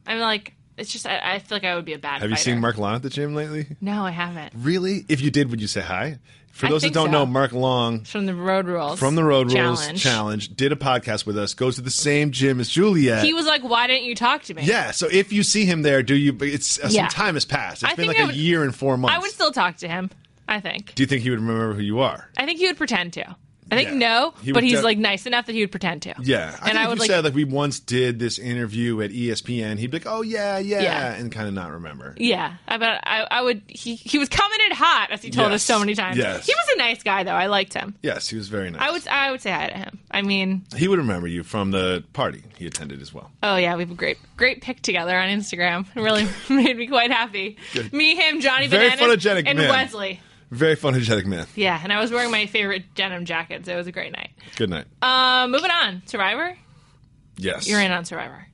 Speaker 3: I'm like it's just I, I feel like I would be a bad
Speaker 4: Have you
Speaker 3: fighter.
Speaker 4: seen Mark Long at the gym lately?
Speaker 3: No, I haven't.
Speaker 4: Really? If you did, would you say hi? For
Speaker 3: I
Speaker 4: those that
Speaker 3: think
Speaker 4: don't
Speaker 3: so.
Speaker 4: know, Mark Long
Speaker 3: From the road rules.
Speaker 4: from the Road Rules
Speaker 3: challenge.
Speaker 4: Challenge did a podcast with us, goes to the same gym as Juliet.
Speaker 3: He was like, Why didn't you talk to me?
Speaker 4: yeah, so if you see him there, do you? It's uh, some
Speaker 3: Yeah.
Speaker 4: time has passed. It's
Speaker 3: I
Speaker 4: been
Speaker 3: think
Speaker 4: like
Speaker 3: I
Speaker 4: a
Speaker 3: would-
Speaker 4: year and four months.
Speaker 3: I would still talk to him, I think.
Speaker 4: do you think he would remember who you are?
Speaker 3: I think he would pretend to. I think
Speaker 4: Yeah.
Speaker 3: no,
Speaker 4: He
Speaker 3: but
Speaker 4: would
Speaker 3: he's
Speaker 4: def-
Speaker 3: like nice enough that he would pretend to.
Speaker 4: Yeah, I
Speaker 3: and
Speaker 4: think
Speaker 3: I
Speaker 4: if
Speaker 3: would
Speaker 4: you
Speaker 3: like.
Speaker 4: said like we once did this interview at E ESPN, he'd be like, "Oh yeah, yeah,",
Speaker 3: Yeah.
Speaker 4: and kind of not remember.
Speaker 3: yeah, I bet I, I would. He he was coming in hot, as he told
Speaker 4: Yes.
Speaker 3: us so many times.
Speaker 4: Yes.
Speaker 3: He was a nice guy, though. I liked him.
Speaker 4: Yes, he was very nice.
Speaker 3: I would I would say hi to him. I mean,
Speaker 4: He would remember you from the party he attended as well.
Speaker 3: Oh yeah, we have a great great pic together on Instagram. It really made me quite happy. Me, him, Johnny
Speaker 4: Very
Speaker 3: Bananas,
Speaker 4: photogenic
Speaker 3: and
Speaker 4: man.
Speaker 3: Wesley.
Speaker 4: Very photogenic man.
Speaker 3: Yeah, and I was wearing my favorite denim jacket, so it was a great night.
Speaker 4: Good night.
Speaker 3: Uh, moving on, Survivor.
Speaker 4: yes,
Speaker 3: You're in on Survivor.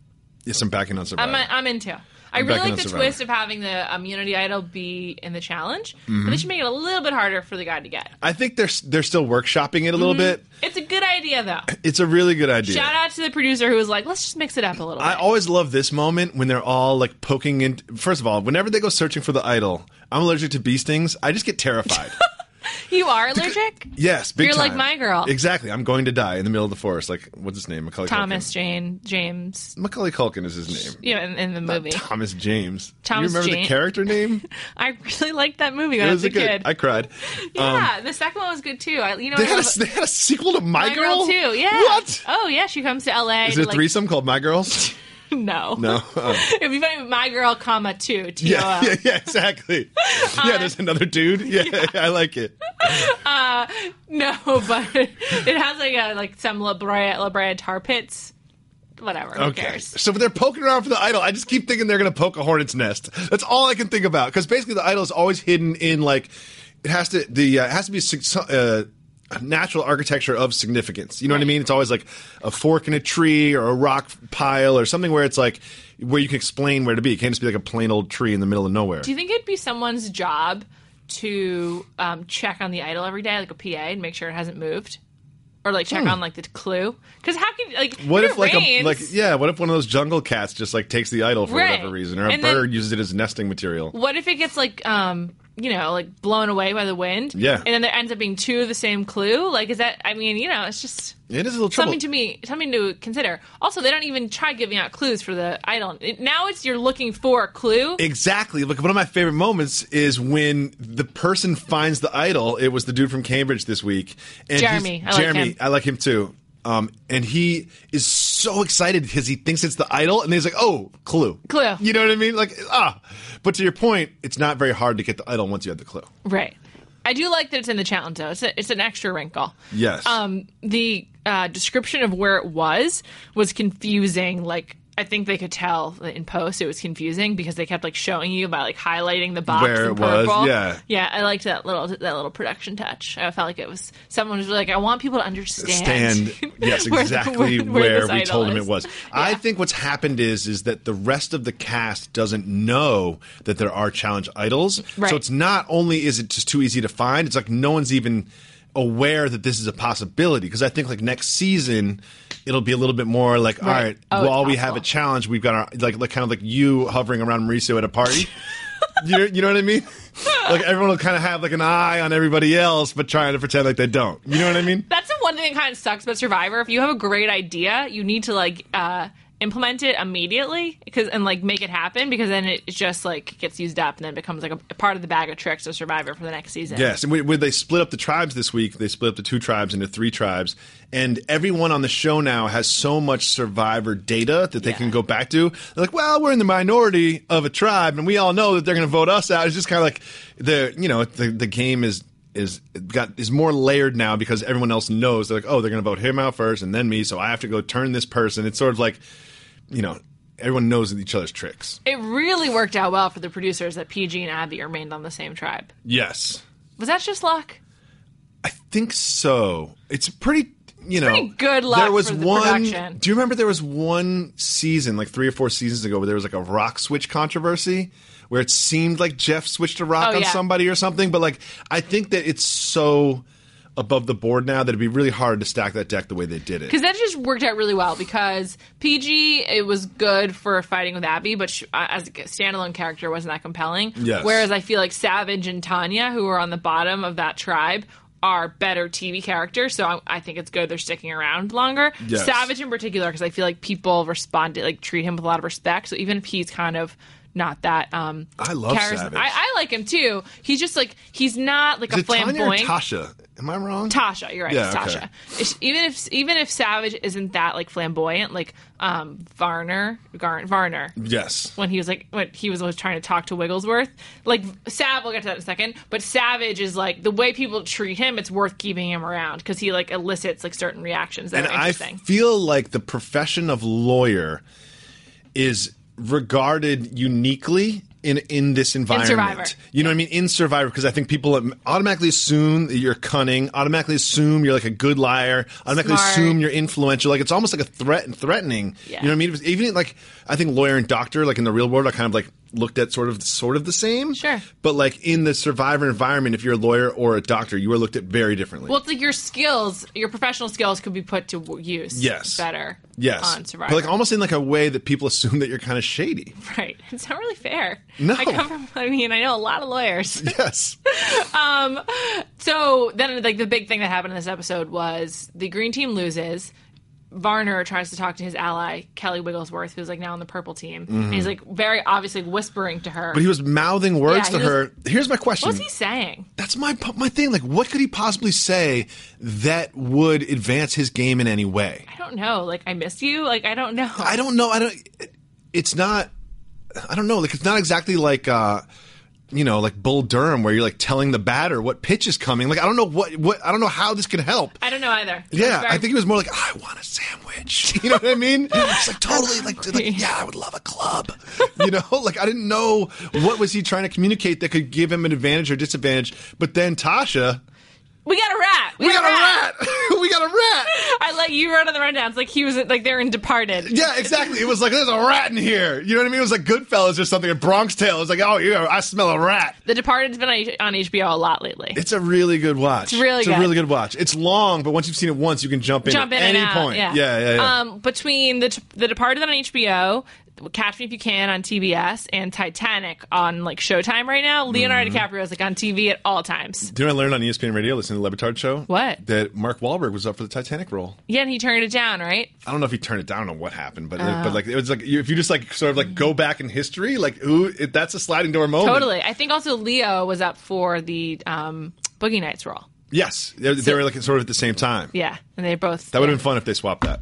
Speaker 4: Yes, I'm backing on Survivor.
Speaker 3: I'm I'm into. I
Speaker 4: back
Speaker 3: really
Speaker 4: in
Speaker 3: like
Speaker 4: on
Speaker 3: the
Speaker 4: Survivor.
Speaker 3: twist of having the um, Unity Idol be in the challenge,
Speaker 4: Mm-hmm.
Speaker 3: but they should make it a little bit harder for the guy to get.
Speaker 4: I think they're they're still workshopping it a little bit.
Speaker 3: It's a good idea though.
Speaker 4: It's a really good idea.
Speaker 3: Mm-hmm. Shout out to the producer who was like, "Let's just mix it up a little."
Speaker 4: I
Speaker 3: bit.
Speaker 4: always love this moment when they're all like poking in. First of all, whenever they go searching for the idol, I'm allergic to bee stings. I just get terrified.
Speaker 3: You are allergic.
Speaker 4: yes, big
Speaker 3: You're like
Speaker 4: time.
Speaker 3: my girl.
Speaker 4: Exactly. I'm going to die in the middle of the forest. Like what's his name? Macaulay
Speaker 3: Thomas,
Speaker 4: Culkin.
Speaker 3: Jane, James,
Speaker 4: Macaulay Culkin is his name.
Speaker 3: you know, in, in the movie.
Speaker 4: Thomas James.
Speaker 3: Thomas
Speaker 4: you remember the
Speaker 3: Jane.
Speaker 4: character name?
Speaker 3: I really liked that movie when
Speaker 4: it
Speaker 3: I
Speaker 4: was
Speaker 3: was a
Speaker 4: good.
Speaker 3: kid.
Speaker 4: I cried. Um,
Speaker 3: yeah, the second one was good too. I, you know,
Speaker 4: they,
Speaker 3: I
Speaker 4: had
Speaker 3: love-
Speaker 4: a, they had a sequel to My,
Speaker 3: My Girl too. Yeah.
Speaker 4: What?
Speaker 3: Oh yeah, she comes to L.A.
Speaker 4: Is
Speaker 3: to,
Speaker 4: there a
Speaker 3: like,
Speaker 4: threesome called My Girls?
Speaker 3: No,
Speaker 4: No. Oh.
Speaker 3: It'd be funny. with My Girl, comma two. uh, T O
Speaker 4: Yeah,
Speaker 3: L.
Speaker 4: yeah, yeah, exactly.
Speaker 3: Uh,
Speaker 4: yeah, there's another dude. Yeah, I like it.
Speaker 3: No, but it has like a like some La Brea, La Brea tar pits. Whatever. Who
Speaker 4: Okay.
Speaker 3: cares?
Speaker 4: So they're poking around for the idol. I just keep thinking they're going to poke a hornet's nest. That's all I can think about because basically the idol is always hidden in like it has to the uh, it has to be six- uh, natural architecture of significance. You know what I mean? It's always like a fork in a tree or a rock pile or something where it's like where you can explain where to be. It can't just be like a plain old tree in the middle of nowhere.
Speaker 3: Do you think it'd be someone's job to um, check on the idol every day, like a PA, and make sure it hasn't moved, or like check on like the clue? Because how can like
Speaker 4: Hmm. what
Speaker 3: if,
Speaker 4: if
Speaker 3: it
Speaker 4: like
Speaker 3: rains,
Speaker 4: a like yeah? What if one of those jungle cats just like takes the idol for
Speaker 3: Right.
Speaker 4: whatever reason, or a
Speaker 3: And then-
Speaker 4: bird uses it as nesting material?
Speaker 3: what if it gets like um you know like blown away by the wind?
Speaker 4: Yeah.
Speaker 3: and then there ends up being two of the same clue. Like is that? I mean, you know, it's just.
Speaker 4: It is a little trouble.
Speaker 3: Something to me, something to consider. Also, they don't even try giving out clues for the idol. It- now it's you're looking for a clue.
Speaker 4: Exactly. Look, one of my favorite moments is when the person finds the idol. It was the dude from Cambridge this week. And he's-
Speaker 3: Jeremy. I like
Speaker 4: Jeremy.
Speaker 3: him.
Speaker 4: I like him too. Um, and he is so excited because he thinks it's the idol, and he's like, "Oh, clue,
Speaker 3: Clue.
Speaker 4: You know what I mean? Like, ah. But to your point, it's not very hard to get the idol once you have the clue.
Speaker 3: Right. I do like that it's in the challenge though. It's a, it's an extra wrinkle.
Speaker 4: Yes.
Speaker 3: Um. The uh, description of where it was was confusing. Like I think they could tell that in post it was confusing because they kept like showing you by like highlighting the box
Speaker 4: Where
Speaker 3: in
Speaker 4: it was,
Speaker 3: purple.
Speaker 4: yeah.
Speaker 3: Yeah. I liked that little that little production touch. I felt like it was someone was like I want people to understand.
Speaker 4: stand yes
Speaker 3: where the-
Speaker 4: exactly where,
Speaker 3: this
Speaker 4: we
Speaker 3: idol
Speaker 4: told him it
Speaker 3: is.
Speaker 4: was i think what's happened is is that the rest of the cast doesn't know that there are challenge idols
Speaker 3: Right.
Speaker 4: so it's not only is it just too easy to find it's like no one's even aware that this is a possibility because i think like next season it'll be a little bit more like all
Speaker 3: Right.
Speaker 4: right
Speaker 3: Oh, it's
Speaker 4: while we have
Speaker 3: possible.
Speaker 4: a challenge we've got our like, like kind of like you hovering around mauricio at a party you, know, you know what i mean like everyone will kind of have like an eye on everybody else but trying to pretend like they don't you know what i mean
Speaker 3: That's the one thing that kind of sucks about Survivor. If you have a great idea, you need to like uh, implement it immediately because and like make it happen because then it just like gets used up and then becomes like a, a part of the bag of tricks of Survivor for the next season.
Speaker 4: Yes, and we- when they split up the tribes this week, they split up the two tribes into three tribes, and everyone on the show now has so much survivor data that they
Speaker 3: Yeah.
Speaker 4: can go back to. They're like, well, we're in the minority of a tribe, and we all know that they're going to vote us out. It's just kind of like the you know the the game is is got is more layered now because everyone else knows they're like, oh, they're going to vote him out first and then me, so I have to go turn this person. It's sort of like you know everyone knows each other's tricks.
Speaker 3: It really worked out well for the producers that PG and Abby remained on the same tribe.
Speaker 4: Yes,
Speaker 3: Was that just luck?
Speaker 4: I think so. It's pretty, you know,
Speaker 3: Pretty good luck
Speaker 4: There was
Speaker 3: for the
Speaker 4: one.
Speaker 3: production.
Speaker 4: Do you remember there was one season, like three or four seasons ago, where there was like a rock switch controversy, where it seemed like Jeff switched a rock
Speaker 3: Oh,
Speaker 4: on
Speaker 3: yeah.
Speaker 4: somebody or something. But like, I think that it's so above the board now that it'd be really hard to stack that deck the way they did it.
Speaker 3: Because that just worked out really well. Because PG, it was good for fighting with Abby, but she, uh, as a standalone character, wasn't that compelling.
Speaker 4: Yes.
Speaker 3: Whereas I feel like Savage and Tanya, who are on the bottom of that tribe, are better TV characters. So I, I think it's good they're sticking around longer.
Speaker 4: Yes.
Speaker 3: Savage in particular, because I feel like people respond to like treat him with a lot of respect. So even if he's kind of not that, um,
Speaker 4: I love
Speaker 3: charis-
Speaker 4: Savage.
Speaker 3: I, I like him too. He's just like he's not like
Speaker 4: Is
Speaker 3: a
Speaker 4: it Tanya or
Speaker 3: flamboyant.
Speaker 4: Tasha? Am I wrong?
Speaker 3: Tasha, you're right.
Speaker 4: Yeah,
Speaker 3: it's Tasha.
Speaker 4: okay.
Speaker 3: It's- Even if even if Savage isn't that like flamboyant, like um Varner, Gar- Varner,
Speaker 4: yes.
Speaker 3: when he was like when he was always trying to talk to Wigglesworth, like Sav, we'll get to that in a second. But Savage is like the way people treat him, it's worth keeping him around because he like elicits like certain reactions that
Speaker 4: and
Speaker 3: are
Speaker 4: I
Speaker 3: interesting.
Speaker 4: feel like the profession of lawyer is regarded uniquely in in this environment.
Speaker 3: Survivor.
Speaker 4: You know what I mean? In Survivor, because I think people automatically assume that you're cunning, automatically assume you're like a good liar, automatically
Speaker 3: Smart.
Speaker 4: assume you're influential. Like it's almost like a threat and threatening.
Speaker 3: Yeah.
Speaker 4: You know what I mean? It was- Even like I think lawyer and doctor, like in the real world, are kind of like looked at sort of sort of the same.
Speaker 3: Sure.
Speaker 4: But like in the Survivor environment, if you're a lawyer or a doctor, you are looked at very differently.
Speaker 3: well, it's like your skills, your professional skills, could be put to w- use.
Speaker 4: Yes.
Speaker 3: better.
Speaker 4: Yes,
Speaker 3: on Survivor.
Speaker 4: but like almost in like a way that people assume that you're kind of shady.
Speaker 3: right. It's not really fair.
Speaker 4: No.
Speaker 3: I come from. I mean, I know a lot of lawyers.
Speaker 4: Yes,
Speaker 3: So then, like the big thing that happened in this episode was the green team loses. Varner tries to talk to his ally Kelly Wigglesworth, who's like now on the purple team, and he's like very obviously whispering to her.
Speaker 4: Mm-hmm. but he was mouthing words
Speaker 3: Yeah,
Speaker 4: to
Speaker 3: he was-
Speaker 4: her. Here's my question:
Speaker 3: what was he saying?
Speaker 4: That's my po- my thing. Like, what could he possibly say that would advance his game in any way?
Speaker 3: I don't know. Like I miss you. Like I don't know.
Speaker 4: I don't know. I don't. It's not. I don't know. Like, it's not exactly like. uh you know, like Bull Durham, where you're like telling the batter what pitch is coming. Like, I don't know what, what, I don't know how this could help.
Speaker 3: I don't know either. It was
Speaker 4: Yeah,
Speaker 3: very-
Speaker 4: I think it was more like I want a sandwich. You know what I mean? It's like totally like, like yeah, I would love a club. You know, like I didn't know what was he trying to communicate that could give him an advantage or disadvantage. But then Tasha,
Speaker 3: We got a rat.
Speaker 4: We got a rat. we got a rat.
Speaker 3: I let you run on the rundowns like he was like they're in Departed.
Speaker 4: Yeah, exactly. It was like there's a rat in here. You know what I mean? It was like Goodfellas or something. A Bronx Tale. It was like, oh, yeah, I smell a rat.
Speaker 3: The Departed's been on on HBO a lot lately.
Speaker 4: It's a really good watch.
Speaker 3: It's really
Speaker 4: it's a
Speaker 3: good.
Speaker 4: really good watch. It's long, but once you've seen it once, you can jump in
Speaker 3: jump
Speaker 4: at
Speaker 3: in
Speaker 4: any
Speaker 3: and out.
Speaker 4: point.
Speaker 3: Yeah,
Speaker 4: yeah, yeah. yeah.
Speaker 3: Um, between the the Departed on HBO, Catch Me If You Can on TBS, and Titanic on like Showtime right now, Leonardo
Speaker 4: Mm-hmm.
Speaker 3: DiCaprio is like on TV at all times.
Speaker 4: Do you know what I learned on E ESPN Radio listening to the Levitard show?
Speaker 3: What?
Speaker 4: That Mark Wahlberg was up for the Titanic role.
Speaker 3: Yeah, and he turned it down, right?
Speaker 4: I don't know if he turned it down. I don't know what happened, but
Speaker 3: Oh.
Speaker 4: but like it was like you- if you just like sort of like go back in history, like ooh, it, that's a sliding door moment.
Speaker 3: Totally. I think also Leo was up for the um, Boogie Nights role.
Speaker 4: Yes, they, they were like sort of at the same time.
Speaker 3: Yeah, and they both
Speaker 4: That would have been fun if they swapped that.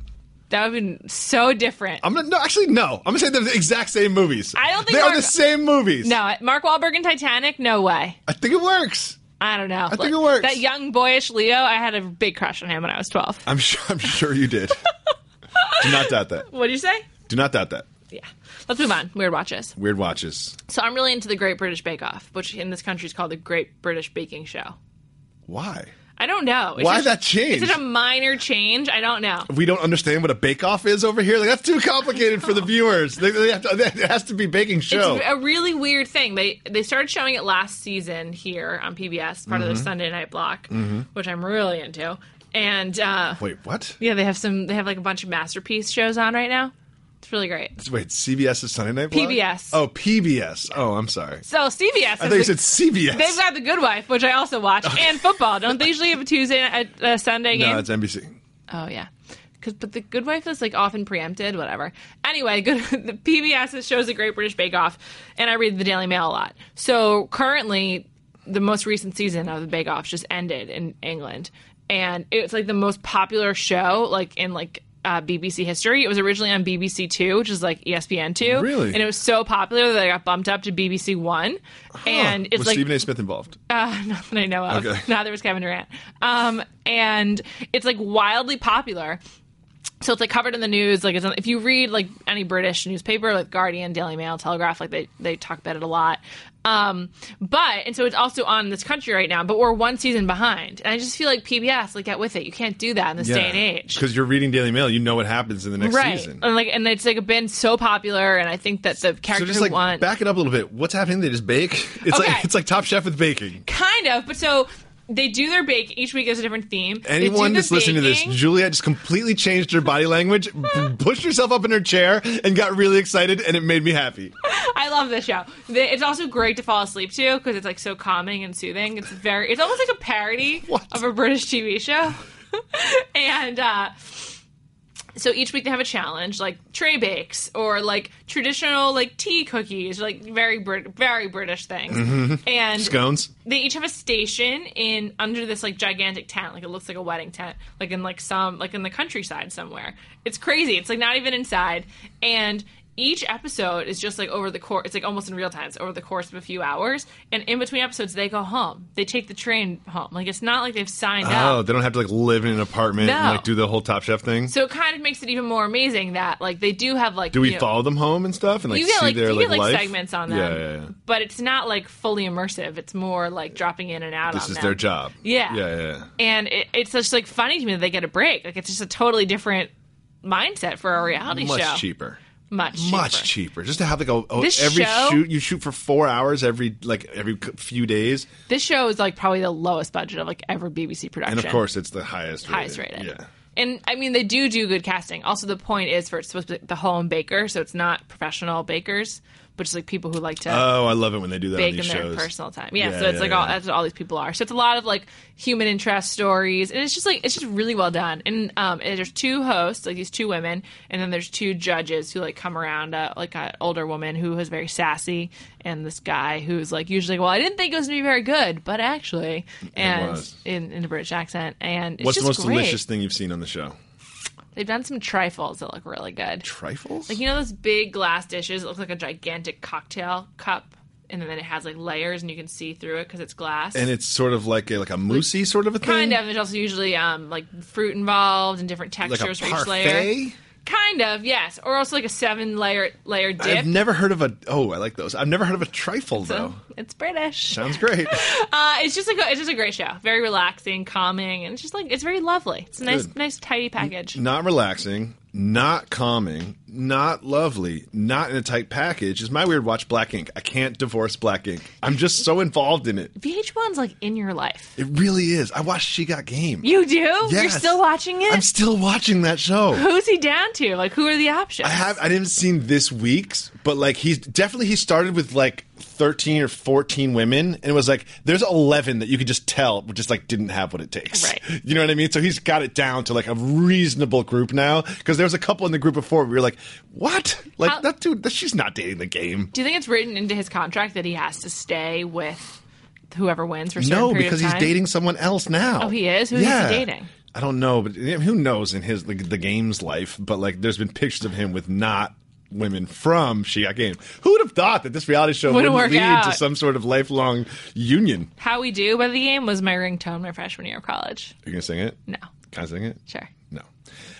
Speaker 3: that would have been so different.
Speaker 4: I'm gonna no, actually no. I'm gonna say they're the exact same movies.
Speaker 3: I don't think
Speaker 4: they are
Speaker 3: Mark-
Speaker 4: the same movies.
Speaker 3: no, Mark Wahlberg and Titanic, no way.
Speaker 4: I think it works.
Speaker 3: I don't know. I
Speaker 4: think it works.
Speaker 3: That young boyish Leo, I had a big crush on him when I was twelve.
Speaker 4: I'm sure. I'm sure you did. Do not doubt that.
Speaker 3: What did you say?
Speaker 4: Do not doubt that.
Speaker 3: Yeah. Let's move on. Weird watches.
Speaker 4: Weird watches.
Speaker 3: So I'm really into the Great British Bake Off, which in this country is called the Great British Baking Show.
Speaker 4: Why?
Speaker 3: I don't know. It's
Speaker 4: Why
Speaker 3: just-
Speaker 4: that change?
Speaker 3: Is it a minor change? I don't know.
Speaker 4: we don't understand what a bake off is over here. Like that's too complicated for the viewers. They, they have to, it has to be baking show.
Speaker 3: It's a really weird thing. They they started showing it last season here on PBS, part of
Speaker 4: Mm-hmm.
Speaker 3: their Sunday night block, which I'm really into. And uh,
Speaker 4: Wait, what?
Speaker 3: yeah, they have some. They have like a bunch of masterpiece shows on right now. It's really great.
Speaker 4: Wait, CBS is Sunday Night Blog?
Speaker 3: PBS.
Speaker 4: Oh, PBS. Oh, I'm sorry.
Speaker 3: So CBS.
Speaker 4: I
Speaker 3: is
Speaker 4: thought you
Speaker 3: the-
Speaker 4: said CBS.
Speaker 3: They've got The Good Wife, which I also watch, and football. Don't they usually have a Tuesday, a, a Sunday game?
Speaker 4: no, it's NBC.
Speaker 3: Oh yeah. Cause, but the Good Wife is like often preempted, whatever. Anyway, good, the PBS shows the Great British Bake Off, and I read the Daily Mail a lot. So currently, the most recent season of the Bake Off just ended in England, and it's like the most popular show like in like uh, BBC history. It was originally on BBC Two, which is like E ESPN Two,
Speaker 4: Really?
Speaker 3: and it was so popular that I got bumped up to BBC One, and it's
Speaker 4: Was
Speaker 3: like
Speaker 4: Stephen A. Smith involved?
Speaker 3: uh, not that I know of.
Speaker 4: Okay.
Speaker 3: Neither was Kevin Durant. Um, and it's like wildly popular. So it's like covered in the news. Like it's on, if you read like any British newspaper, like Guardian, Daily Mail, Telegraph, like they they talk about it a lot. Um, but and so it's also on in this country right now. But we're one season behind, and I just feel like PBS like get with it. You can't do that in this day and age.
Speaker 4: Because you're reading Daily Mail, you know what happens in the next
Speaker 3: Right,
Speaker 4: season.
Speaker 3: and like, and it's like been so popular, and I think that the
Speaker 4: so
Speaker 3: characters
Speaker 4: just like
Speaker 3: who want
Speaker 4: back it up a little bit. What's happening? They just bake. It's
Speaker 3: Okay.
Speaker 4: like it's like Top Chef with baking.
Speaker 3: kind of, but so they do their bake each week is a different theme. They do
Speaker 4: Anyone
Speaker 3: the
Speaker 4: that's listening to this,
Speaker 3: baking.
Speaker 4: Juliet just completely changed her body language, pushed herself up in her chair, and got really excited, and it made me happy.
Speaker 3: I love this show. The- It's also great to fall asleep to because it's like so calming and soothing. It's very, it's almost like a parody
Speaker 4: What?
Speaker 3: of a British TV show. and uh, so each week they have a challenge, like tray bakes or like traditional like tea cookies, like very Brit- very British things. And
Speaker 4: Scones.
Speaker 3: they each have a station in under this like gigantic tent like it looks like a wedding tent like in like some like in the countryside somewhere it's crazy it's like not even inside and each episode is just like over the course it's like almost in real time it's over the course of a few hours and in between episodes they go home they take the train home like it's not like they've signed
Speaker 4: Oh,
Speaker 3: up
Speaker 4: they don't have to like live in an apartment
Speaker 3: No.
Speaker 4: and like do the whole Top Chef thing.
Speaker 3: so it kind of makes it even more amazing that like they do have like
Speaker 4: do we
Speaker 3: you know-
Speaker 4: follow them home and stuff and like
Speaker 3: you get
Speaker 4: see
Speaker 3: like
Speaker 4: their
Speaker 3: you
Speaker 4: like,
Speaker 3: get like
Speaker 4: life?
Speaker 3: segments on them,
Speaker 4: Yeah, yeah, yeah.
Speaker 3: but it's not like fully immersive. It's more like dropping in and out.
Speaker 4: This
Speaker 3: on
Speaker 4: is
Speaker 3: them.
Speaker 4: their job.
Speaker 3: Yeah.
Speaker 4: yeah, yeah.
Speaker 3: and it, it's just like funny to me that they get a break. Like it's just a totally different mindset for a reality
Speaker 4: Much
Speaker 3: show.
Speaker 4: cheaper.
Speaker 3: Much cheaper.
Speaker 4: Much cheaper. Just to have like a, a-
Speaker 3: This
Speaker 4: every
Speaker 3: show-
Speaker 4: shoot you shoot for four hours every like every c- few days,
Speaker 3: This show is like probably the lowest budget of like ever BBC production.
Speaker 4: and of course it's the highest
Speaker 3: highest rated.
Speaker 4: Yeah.
Speaker 3: And I mean, they do do good casting. Also, the point is for it's supposed to be the home baker, so it's not professional bakers, but just like people who like to
Speaker 4: Oh, I love it when they do that on
Speaker 3: bake in
Speaker 4: these
Speaker 3: their
Speaker 4: shows.
Speaker 3: personal time. Yeah,
Speaker 4: Yeah,
Speaker 3: so it's
Speaker 4: yeah,
Speaker 3: like all
Speaker 4: yeah.
Speaker 3: that's what all these people are. So it's a lot of like human interest stories, and it's just like it's just really well done. And um, and there's two hosts, like these two women, and then there's two judges who like come around, uh, like an older woman who is very sassy, and this guy who's like usually, well, I didn't think it was gonna be very good, but actually, and
Speaker 4: was.
Speaker 3: in, in a British accent, and it's
Speaker 4: What's the
Speaker 3: just
Speaker 4: most
Speaker 3: great.
Speaker 4: delicious thing you've seen on the show?
Speaker 3: They've done some trifles that look really good.
Speaker 4: Trifles.
Speaker 3: Like you know those big glass dishes that look like a gigantic cocktail cup, and then it has like layers, and you can see through it because it's glass.
Speaker 4: and it's sort of like a like a moussey sort of a thing.
Speaker 3: kind of. There's also usually um, like fruit involved and different
Speaker 4: like a
Speaker 3: textures for each layer.
Speaker 4: parfait.
Speaker 3: Kind of, yes. Or also like a seven layer layer dip.
Speaker 4: I've never heard of a. Oh, I like those. I've never heard of a trifle
Speaker 3: So,
Speaker 4: though.
Speaker 3: it's British.
Speaker 4: Sounds great.
Speaker 3: Uh, it's just like a, it's just a great show. Very relaxing, calming, and it's just like it's very lovely. It's a nice,
Speaker 4: Good.
Speaker 3: nice tidy package.
Speaker 4: not relaxing, not calming, not lovely, not in a tight package is my weird watch. Black Ink. I can't divorce Black Ink. I'm just so involved in it.
Speaker 3: VH1's like in your life.
Speaker 4: It really is. I watched She Got Game.
Speaker 3: You do? You're
Speaker 4: Yes.
Speaker 3: still watching it?
Speaker 4: I'm still watching that show.
Speaker 3: Who's he down to? Like, who are the options?
Speaker 4: I have. I didn't seen this week's, but like he's definitely he started with like 13 or 14 women, and it was like there's 11 that you could just tell just like didn't have what it takes.
Speaker 3: Right.
Speaker 4: You know what I mean? So he's got it down to like a reasonable group now. Because there was a couple in the group before. We were like, what? Like
Speaker 3: How-
Speaker 4: that dude? That, she's not dating the game.
Speaker 3: Do you think it's written into his contract that he has to stay with whoever wins for a certain
Speaker 4: No,
Speaker 3: period
Speaker 4: because
Speaker 3: of
Speaker 4: he's
Speaker 3: time?
Speaker 4: dating someone else now.
Speaker 3: Oh, he is? Who is he dating?
Speaker 4: I don't know, but yeah, who knows in his like, the game's life? But like, there's been pictures of him with not women from She Got Game. Who would have thought that this reality show would
Speaker 3: Wouldn't
Speaker 4: lead
Speaker 3: work out.
Speaker 4: to some sort of lifelong union?
Speaker 3: How We Do by the Game was my ringtone my freshman year of college.
Speaker 4: Are you gonna sing it?
Speaker 3: No.
Speaker 4: Can I sing it?
Speaker 3: Sure. Oh.
Speaker 4: No.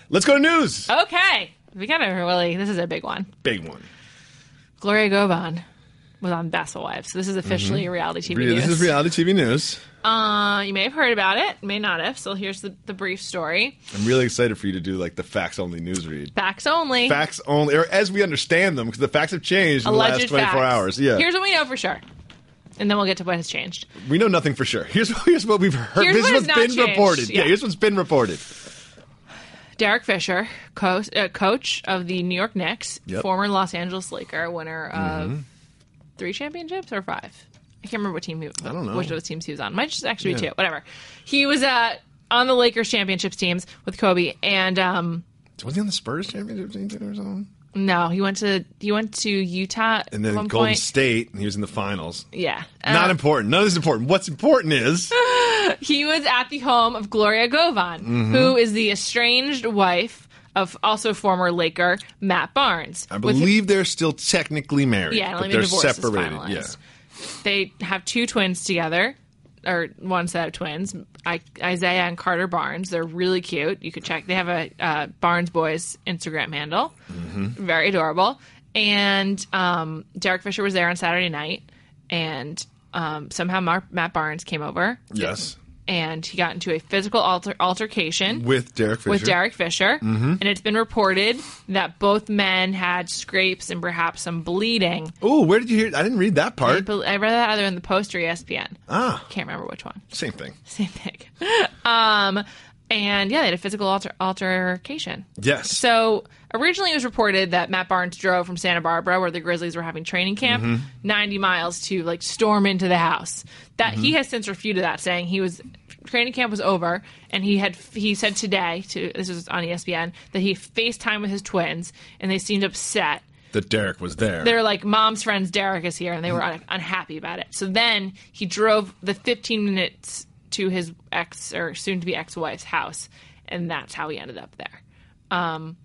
Speaker 4: Let's go to news.
Speaker 3: Okay. We got to really, this is a big one.
Speaker 4: Big one.
Speaker 3: Gloria Govan was on Vassal Wives. This is officially a reality TV
Speaker 4: Re-
Speaker 3: news.
Speaker 4: Mm-hmm. This is reality TV news.
Speaker 3: Uh, you may have heard about it, may not have. So here's the, the brief story.
Speaker 4: I'm really excited for you to do like the facts only news read.
Speaker 3: Facts only.
Speaker 4: Facts only, or as we understand them, because the facts have changed in
Speaker 3: Alleged
Speaker 4: the last 24
Speaker 3: facts.
Speaker 4: hours. Yeah.
Speaker 3: Here's what we know for sure. And then we'll get to what has changed.
Speaker 4: We know nothing for sure. Here's here's what we've heard.
Speaker 3: Here's
Speaker 4: this
Speaker 3: what
Speaker 4: has
Speaker 3: has not
Speaker 4: been
Speaker 3: changed.
Speaker 4: reported. Yeah.
Speaker 3: Yeah.
Speaker 4: here's what's been reported.
Speaker 3: Derek Fisher, co- uh, coach of the New York Knicks,
Speaker 4: Yep. Mm-hmm.
Speaker 3: former Los Angeles Laker, winner of three championships or five. I can't remember what team he was. I
Speaker 4: don't know.
Speaker 3: which of those teams he was on. Might just actually
Speaker 4: Yeah.
Speaker 3: be two. Whatever. He was uh, on the Lakers championships teams with Kobe, and um,
Speaker 4: Was he on the Spurs championship team or something?
Speaker 3: no, he went to he went to Utah
Speaker 4: And then
Speaker 3: at one
Speaker 4: Golden
Speaker 3: point.
Speaker 4: State, and he was in the finals.
Speaker 3: yeah,
Speaker 4: Not
Speaker 3: Uh,
Speaker 4: important. None of this is important. What's important is
Speaker 3: he was at the home of Gloria Govan,
Speaker 4: Mm-hmm.
Speaker 3: who is the estranged wife of also former Laker Matt Barnes.
Speaker 4: I
Speaker 3: With-
Speaker 4: believe they're still technically married.
Speaker 3: Yeah, and
Speaker 4: but
Speaker 3: only
Speaker 4: they're
Speaker 3: divorce
Speaker 4: separated.
Speaker 3: is
Speaker 4: yeah.
Speaker 3: finalized. They have two twins together, or one set of twins, I, Isaiah and Carter Barnes. They're really cute. You could check. They have a uh, Barnes Boys Instagram handle.
Speaker 4: Mm-hmm.
Speaker 3: Very adorable. And um, Derek Fisher was there on Saturday night, and um, somehow Mar- Matt Barnes came over,
Speaker 4: Yes.
Speaker 3: and he got into a physical alter- altercation
Speaker 4: With Derek Fisher. Mm-hmm.
Speaker 3: with Derek Fisher, and it's been reported that both men had scrapes and perhaps some bleeding.
Speaker 4: Oh, where did you hear? I didn't read that
Speaker 3: I,
Speaker 4: part.
Speaker 3: bel- I read that either in the Post or E ESPN.
Speaker 4: Ah,
Speaker 3: Can't remember which one.
Speaker 4: same thing.
Speaker 3: Same thing. Um, and yeah, they had a physical alter- altercation.
Speaker 4: Yes.
Speaker 3: So originally, it was reported that Matt Barnes drove from Santa Barbara, where the Grizzlies were having training camp,
Speaker 4: Mm-hmm.
Speaker 3: 90 miles to like storm into the house. That he
Speaker 4: Mm-hmm.
Speaker 3: has since refuted that, saying he was training camp was over, and he had he said today to this was on E ESPN that he FaceTime with his twins, and they seemed upset
Speaker 4: that Derek was there.
Speaker 3: they're like mom's friends derek is here and they were un- unhappy about it so then he drove the 15 minutes to his ex or soon to be ex-wife's house and that's how he ended up there um,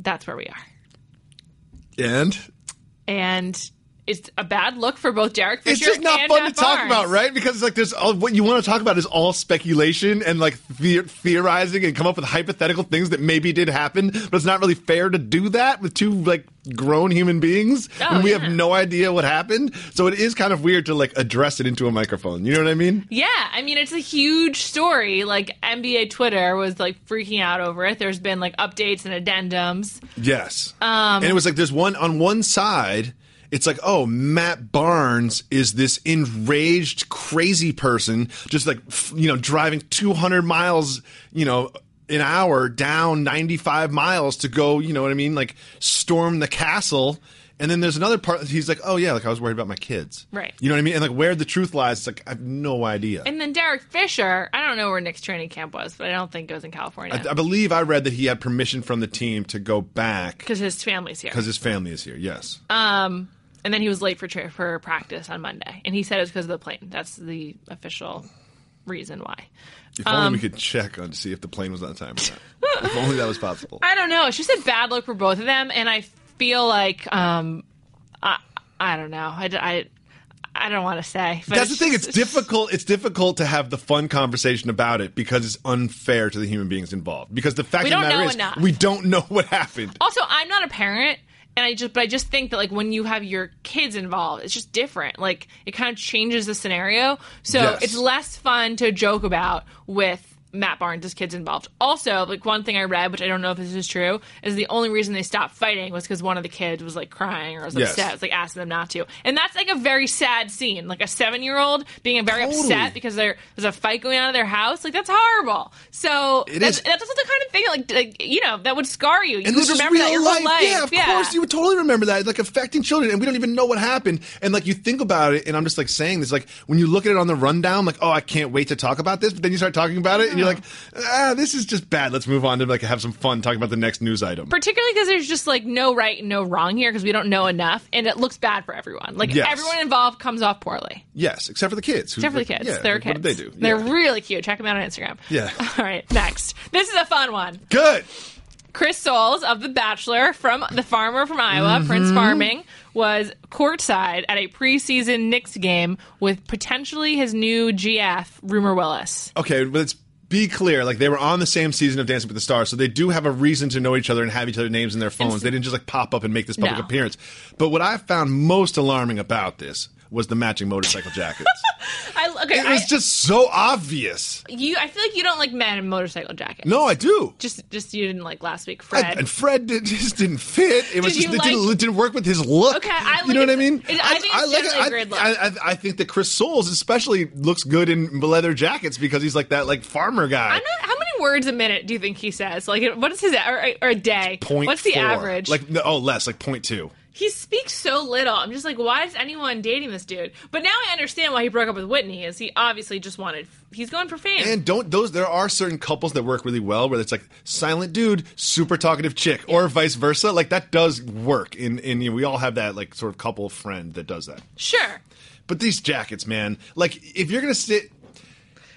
Speaker 3: that's where we are
Speaker 4: and
Speaker 3: and it's a bad look for both derek Fisher
Speaker 4: it's just not
Speaker 3: and
Speaker 4: fun
Speaker 3: Matt
Speaker 4: to talk
Speaker 3: Barnes.
Speaker 4: about, right? Because like, there's all, what you want to talk about is all speculation and like the- theorizing and come up with hypothetical things that maybe did happen, but it's not really fair to do that with two like grown human beings,
Speaker 3: Oh,
Speaker 4: and we
Speaker 3: yeah.
Speaker 4: have no idea what happened. So it is kind of weird to like address it into a microphone. You know what I mean?
Speaker 3: Yeah, I mean it's a huge story. Like NBA Twitter was like freaking out over it. There's been like updates and addendums.
Speaker 4: Yes. Um, and it was like there's one on one side. It's like, oh, Matt Barnes is this enraged, crazy person, just like f- you know, driving 200 miles, you know, an hour down 95 miles to go, you know what I mean, like storm the castle. And then there's another part. that He's like, oh yeah, like I was worried about my kids,
Speaker 3: Right.
Speaker 4: You know what I mean? And like where the truth lies, it's like I have no idea.
Speaker 3: And then Derek Fisher, I don't know where Nick's training camp was, but I don't think it was in California.
Speaker 4: I, I believe I read that he had permission from the team to go back
Speaker 3: because his family's here.
Speaker 4: because his family is here. Yes.
Speaker 3: Um, and then he was late for tra- for practice on Monday, and he said it was because of the plane. That's the official reason why.
Speaker 4: If only
Speaker 3: Um,
Speaker 4: we could check on to see if the plane was on time or not. if only that was possible.
Speaker 3: I don't know. It's just a bad look for both of them, and I feel like um, I I don't know. I, I I don't want to say. But
Speaker 4: That's the thing. It's
Speaker 3: just-
Speaker 4: difficult. It's difficult to have the fun conversation about it because it's unfair to the human beings involved. Because the fact
Speaker 3: We
Speaker 4: of the
Speaker 3: don't
Speaker 4: matter
Speaker 3: know
Speaker 4: is,
Speaker 3: enough. Oh,
Speaker 4: we don't know what happened.
Speaker 3: Also, I'm not a parent, and I just but I just think that like when you have your kids involved, it's just different. Like it kind of changes the scenario, so
Speaker 4: Yes.
Speaker 3: it's less fun to joke about with. Matt Barnes' kids involved. Also, like one thing I read, which I don't know if this is true, is the only reason they stopped fighting was because one of the kids was like crying or was
Speaker 4: Yes.
Speaker 3: upset. It's like asking them not to, and that's like a very sad scene. Like a seven-year-old being very
Speaker 4: Totally.
Speaker 3: upset because there, there's a fight going on at their house. Like that's horrible. So
Speaker 4: It
Speaker 3: that's,
Speaker 4: is.
Speaker 3: that's also the kind of thing like, like you know that would scar you.
Speaker 4: And
Speaker 3: You
Speaker 4: this
Speaker 3: would
Speaker 4: is
Speaker 3: remember
Speaker 4: real
Speaker 3: that your whole
Speaker 4: life. Yeah, of course, you would totally remember that. It's like affecting children, and we don't even know what happened. And like you think about it, and I'm just like saying this, like when you look at it on the rundown, like oh, I can't wait to talk about this. But then you start talking about it, and
Speaker 3: Uh-huh.
Speaker 4: you're like, ah, this is just bad. Let's move on to like have some fun talking about the next news item.
Speaker 3: Particularly because there's just like no right and no wrong here because we don't know enough, and it looks bad for everyone. Like
Speaker 4: Yes.
Speaker 3: everyone involved comes off poorly,
Speaker 4: yes, except for the kids. who-
Speaker 3: except for the
Speaker 4: like,
Speaker 3: kids.
Speaker 4: yeah,
Speaker 3: They're
Speaker 4: what
Speaker 3: kids.
Speaker 4: did they do?
Speaker 3: They're
Speaker 4: Yeah.
Speaker 3: really cute. Check them out on Instagram.
Speaker 4: Yeah.
Speaker 3: All right. Next, this is a fun one.
Speaker 4: good.
Speaker 3: Chris Soules of The Bachelor from the farmer from
Speaker 4: Mm-hmm.
Speaker 3: Iowa, Prince Farming, was courtside at a preseason Knicks game with potentially his new GF, Rumor Willis.
Speaker 4: okay, but let's be clear. Like they were on the same season of Dancing with the Stars, so they do have a reason to know each other and have each other's names in their phones. They didn't just like pop up and make this public
Speaker 3: No.
Speaker 4: appearance. But what I found most alarming about this was the matching motorcycle jackets.
Speaker 3: I, okay,
Speaker 4: it was
Speaker 3: I-
Speaker 4: just so obvious.
Speaker 3: you. I feel like you don't like men in motorcycle jackets.
Speaker 4: No, I do.
Speaker 3: just just you didn't like last week,
Speaker 4: I-
Speaker 3: Fred.
Speaker 4: and Fred did, just didn't fit. It was
Speaker 3: Did
Speaker 4: just,
Speaker 3: you
Speaker 4: it, didn't,
Speaker 3: like-
Speaker 4: it didn't work with his look.
Speaker 3: Okay, I
Speaker 4: you know
Speaker 3: like
Speaker 4: what I
Speaker 3: it.
Speaker 4: mean.
Speaker 3: It- I think it's generally a great look.
Speaker 4: I, I, I think that Chris Soules especially looks good in leather jackets because he's like that like farmer guy.
Speaker 3: I'm not, how many words a minute do you think he says? Like, what is his or, or a day?
Speaker 4: Point
Speaker 3: What's the
Speaker 4: four.
Speaker 3: average?
Speaker 4: Like no, oh, less like point two.
Speaker 3: he speaks so little. I'm just like, why is anyone dating this dude? But now I understand why he broke up with Whitney. Is he obviously just wanted? He's going for fame.
Speaker 4: And don't those there are certain couples that work really well where it's like silent dude, super talkative chick, or vice versa. Like that does work. In in you know, we all have that like sort of couple friend that does that.
Speaker 3: sure.
Speaker 4: But these jackets, man, like if you're gonna sit.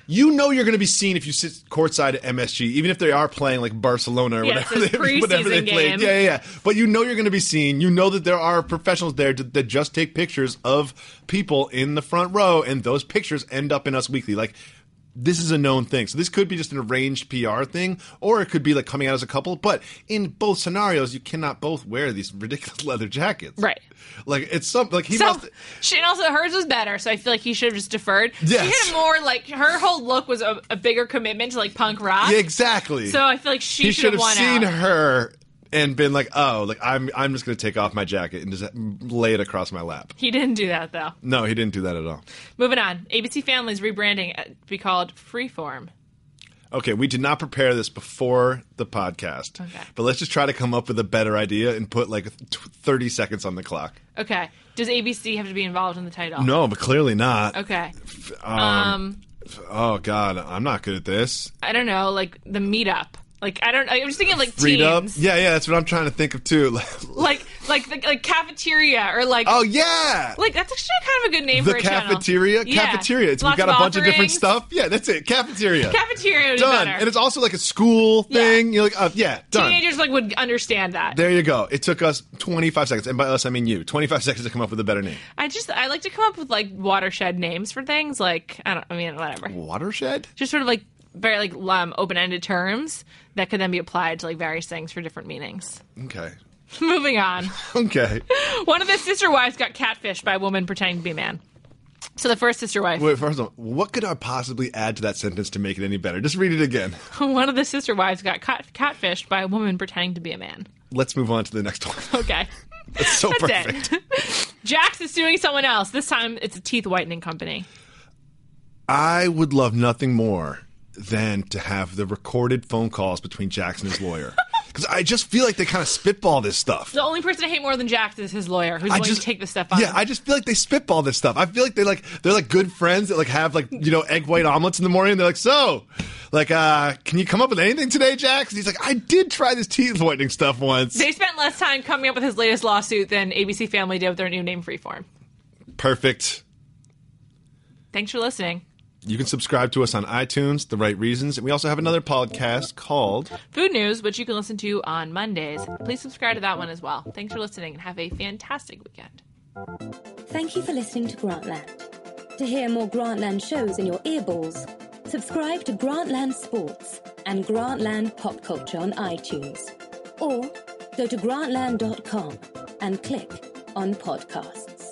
Speaker 4: You know you're going to be seen if you sit courtside at MSG, even if they are playing like Barcelona or
Speaker 3: Yeah, it's
Speaker 4: whatever,
Speaker 3: a
Speaker 4: they, whatever they
Speaker 3: preseason game.
Speaker 4: played. Yeah, yeah, yeah. But you know you're going to be seen. You know that there are professionals there to, that just take pictures of people in the front row, and those pictures end up in Us Weekly. Like this is a known thing. So this could be just an arranged PR thing, or it could be like coming out as a couple. But in both scenarios, you cannot both wear these ridiculous leather jackets.
Speaker 3: Right.
Speaker 4: Like it's something. Like he
Speaker 3: So,
Speaker 4: must.
Speaker 3: she, and also hers was better, so I feel like he should have just deferred.
Speaker 4: Yes.
Speaker 3: She had more like her whole look was a, a bigger commitment to like punk rock.
Speaker 4: Yeah, exactly.
Speaker 3: So I feel like she
Speaker 4: he
Speaker 3: should
Speaker 4: should
Speaker 3: have
Speaker 4: have
Speaker 3: won
Speaker 4: seen
Speaker 3: out.
Speaker 4: her and been like, "Oh, like I'm I'm just going to take off my jacket and just lay it across my lap."
Speaker 3: He didn't do that though.
Speaker 4: No, he didn't do that at all.
Speaker 3: Moving on, ABC Family's rebranding uh, to be called Freeform.
Speaker 4: Okay, we did not prepare this before the podcast.
Speaker 3: Okay.
Speaker 4: But let's just try to come up with a better idea and put like t- 30 seconds on the clock.
Speaker 3: Okay. Does ABC have to be involved in the title?
Speaker 4: No, but clearly not.
Speaker 3: Okay.
Speaker 4: Um, oh god, I'm not good at this.
Speaker 3: I don't know, like the meetup. Like I don't. I'm just thinking like
Speaker 4: Read up.
Speaker 3: teams.
Speaker 4: Yeah, yeah, that's what I'm trying to think of too.
Speaker 3: Like like the like cafeteria or like.
Speaker 4: oh yeah.
Speaker 3: Like that's actually kind of a good name
Speaker 4: the
Speaker 3: for a
Speaker 4: cafeteria,
Speaker 3: channel. Yeah.
Speaker 4: cafeteria. It's, we've
Speaker 3: Lots
Speaker 4: got a bunch of different
Speaker 3: offerings.
Speaker 4: stuff. Yeah, that's it. Cafeteria.
Speaker 3: Cafeteria would be
Speaker 4: done.
Speaker 3: better.
Speaker 4: And it's also like a school
Speaker 3: Yeah.
Speaker 4: thing. You're like, uh, yeah, done.
Speaker 3: Teenagers like would understand that.
Speaker 4: There you go. It took us 25 seconds, and by us I mean you. 25 seconds to come up with a better name.
Speaker 3: I just I like to come up with like watershed names for things. Like I don't. I mean whatever.
Speaker 4: Watershed.
Speaker 3: Just sort of like very like um, open ended terms that could then be applied to like various things for different meanings.
Speaker 4: Okay.
Speaker 3: Moving on.
Speaker 4: Okay.
Speaker 3: One of the sister wives got catfished by a woman pretending to be a man. So the first sister wife,
Speaker 4: Wait. First of all, what could I possibly add to that sentence to make it any better? Just read it again.
Speaker 3: one of the sister wives got cat- catfished by a woman pretending to be a man.
Speaker 4: Let's move on to the next one.
Speaker 3: Okay.
Speaker 4: That's so
Speaker 3: That's
Speaker 4: perfect.
Speaker 3: it. Jax is suing someone else. This time it's a teeth whitening company.
Speaker 4: I would love nothing more than to have the recorded phone calls between Jackson and his lawyer. Because I just feel like they kind of spitball this stuff.
Speaker 3: The only person I hate more than Jax is his lawyer, who's
Speaker 4: I
Speaker 3: willing
Speaker 4: just
Speaker 3: to take this stuff on.
Speaker 4: Yeah, I just feel like they spitball this stuff. I feel like they like they're like good friends that like have like you know egg white omelets in the morning. And they're like, so, like, uh, can you come up with anything today, Jax? And he's like, I did try this teeth whitening stuff once.
Speaker 3: they spent less time coming up with his latest lawsuit than ABC Family did with their new name, Freeform.
Speaker 4: Perfect.
Speaker 3: Thanks for listening.
Speaker 4: You can subscribe to us on iTunes, The Right Reasons, and we also have another podcast called
Speaker 3: Food news, which you can listen to on Mondays. Please subscribe to that one as well. Thanks for listening and have a fantastic weekend.
Speaker 1: Thank you for listening to Grantland. To hear more Grantland shows in your earballs, subscribe to Grantland Sports and Grantland Pop Culture on iTunes. Or go to grantland.com and click on podcasts.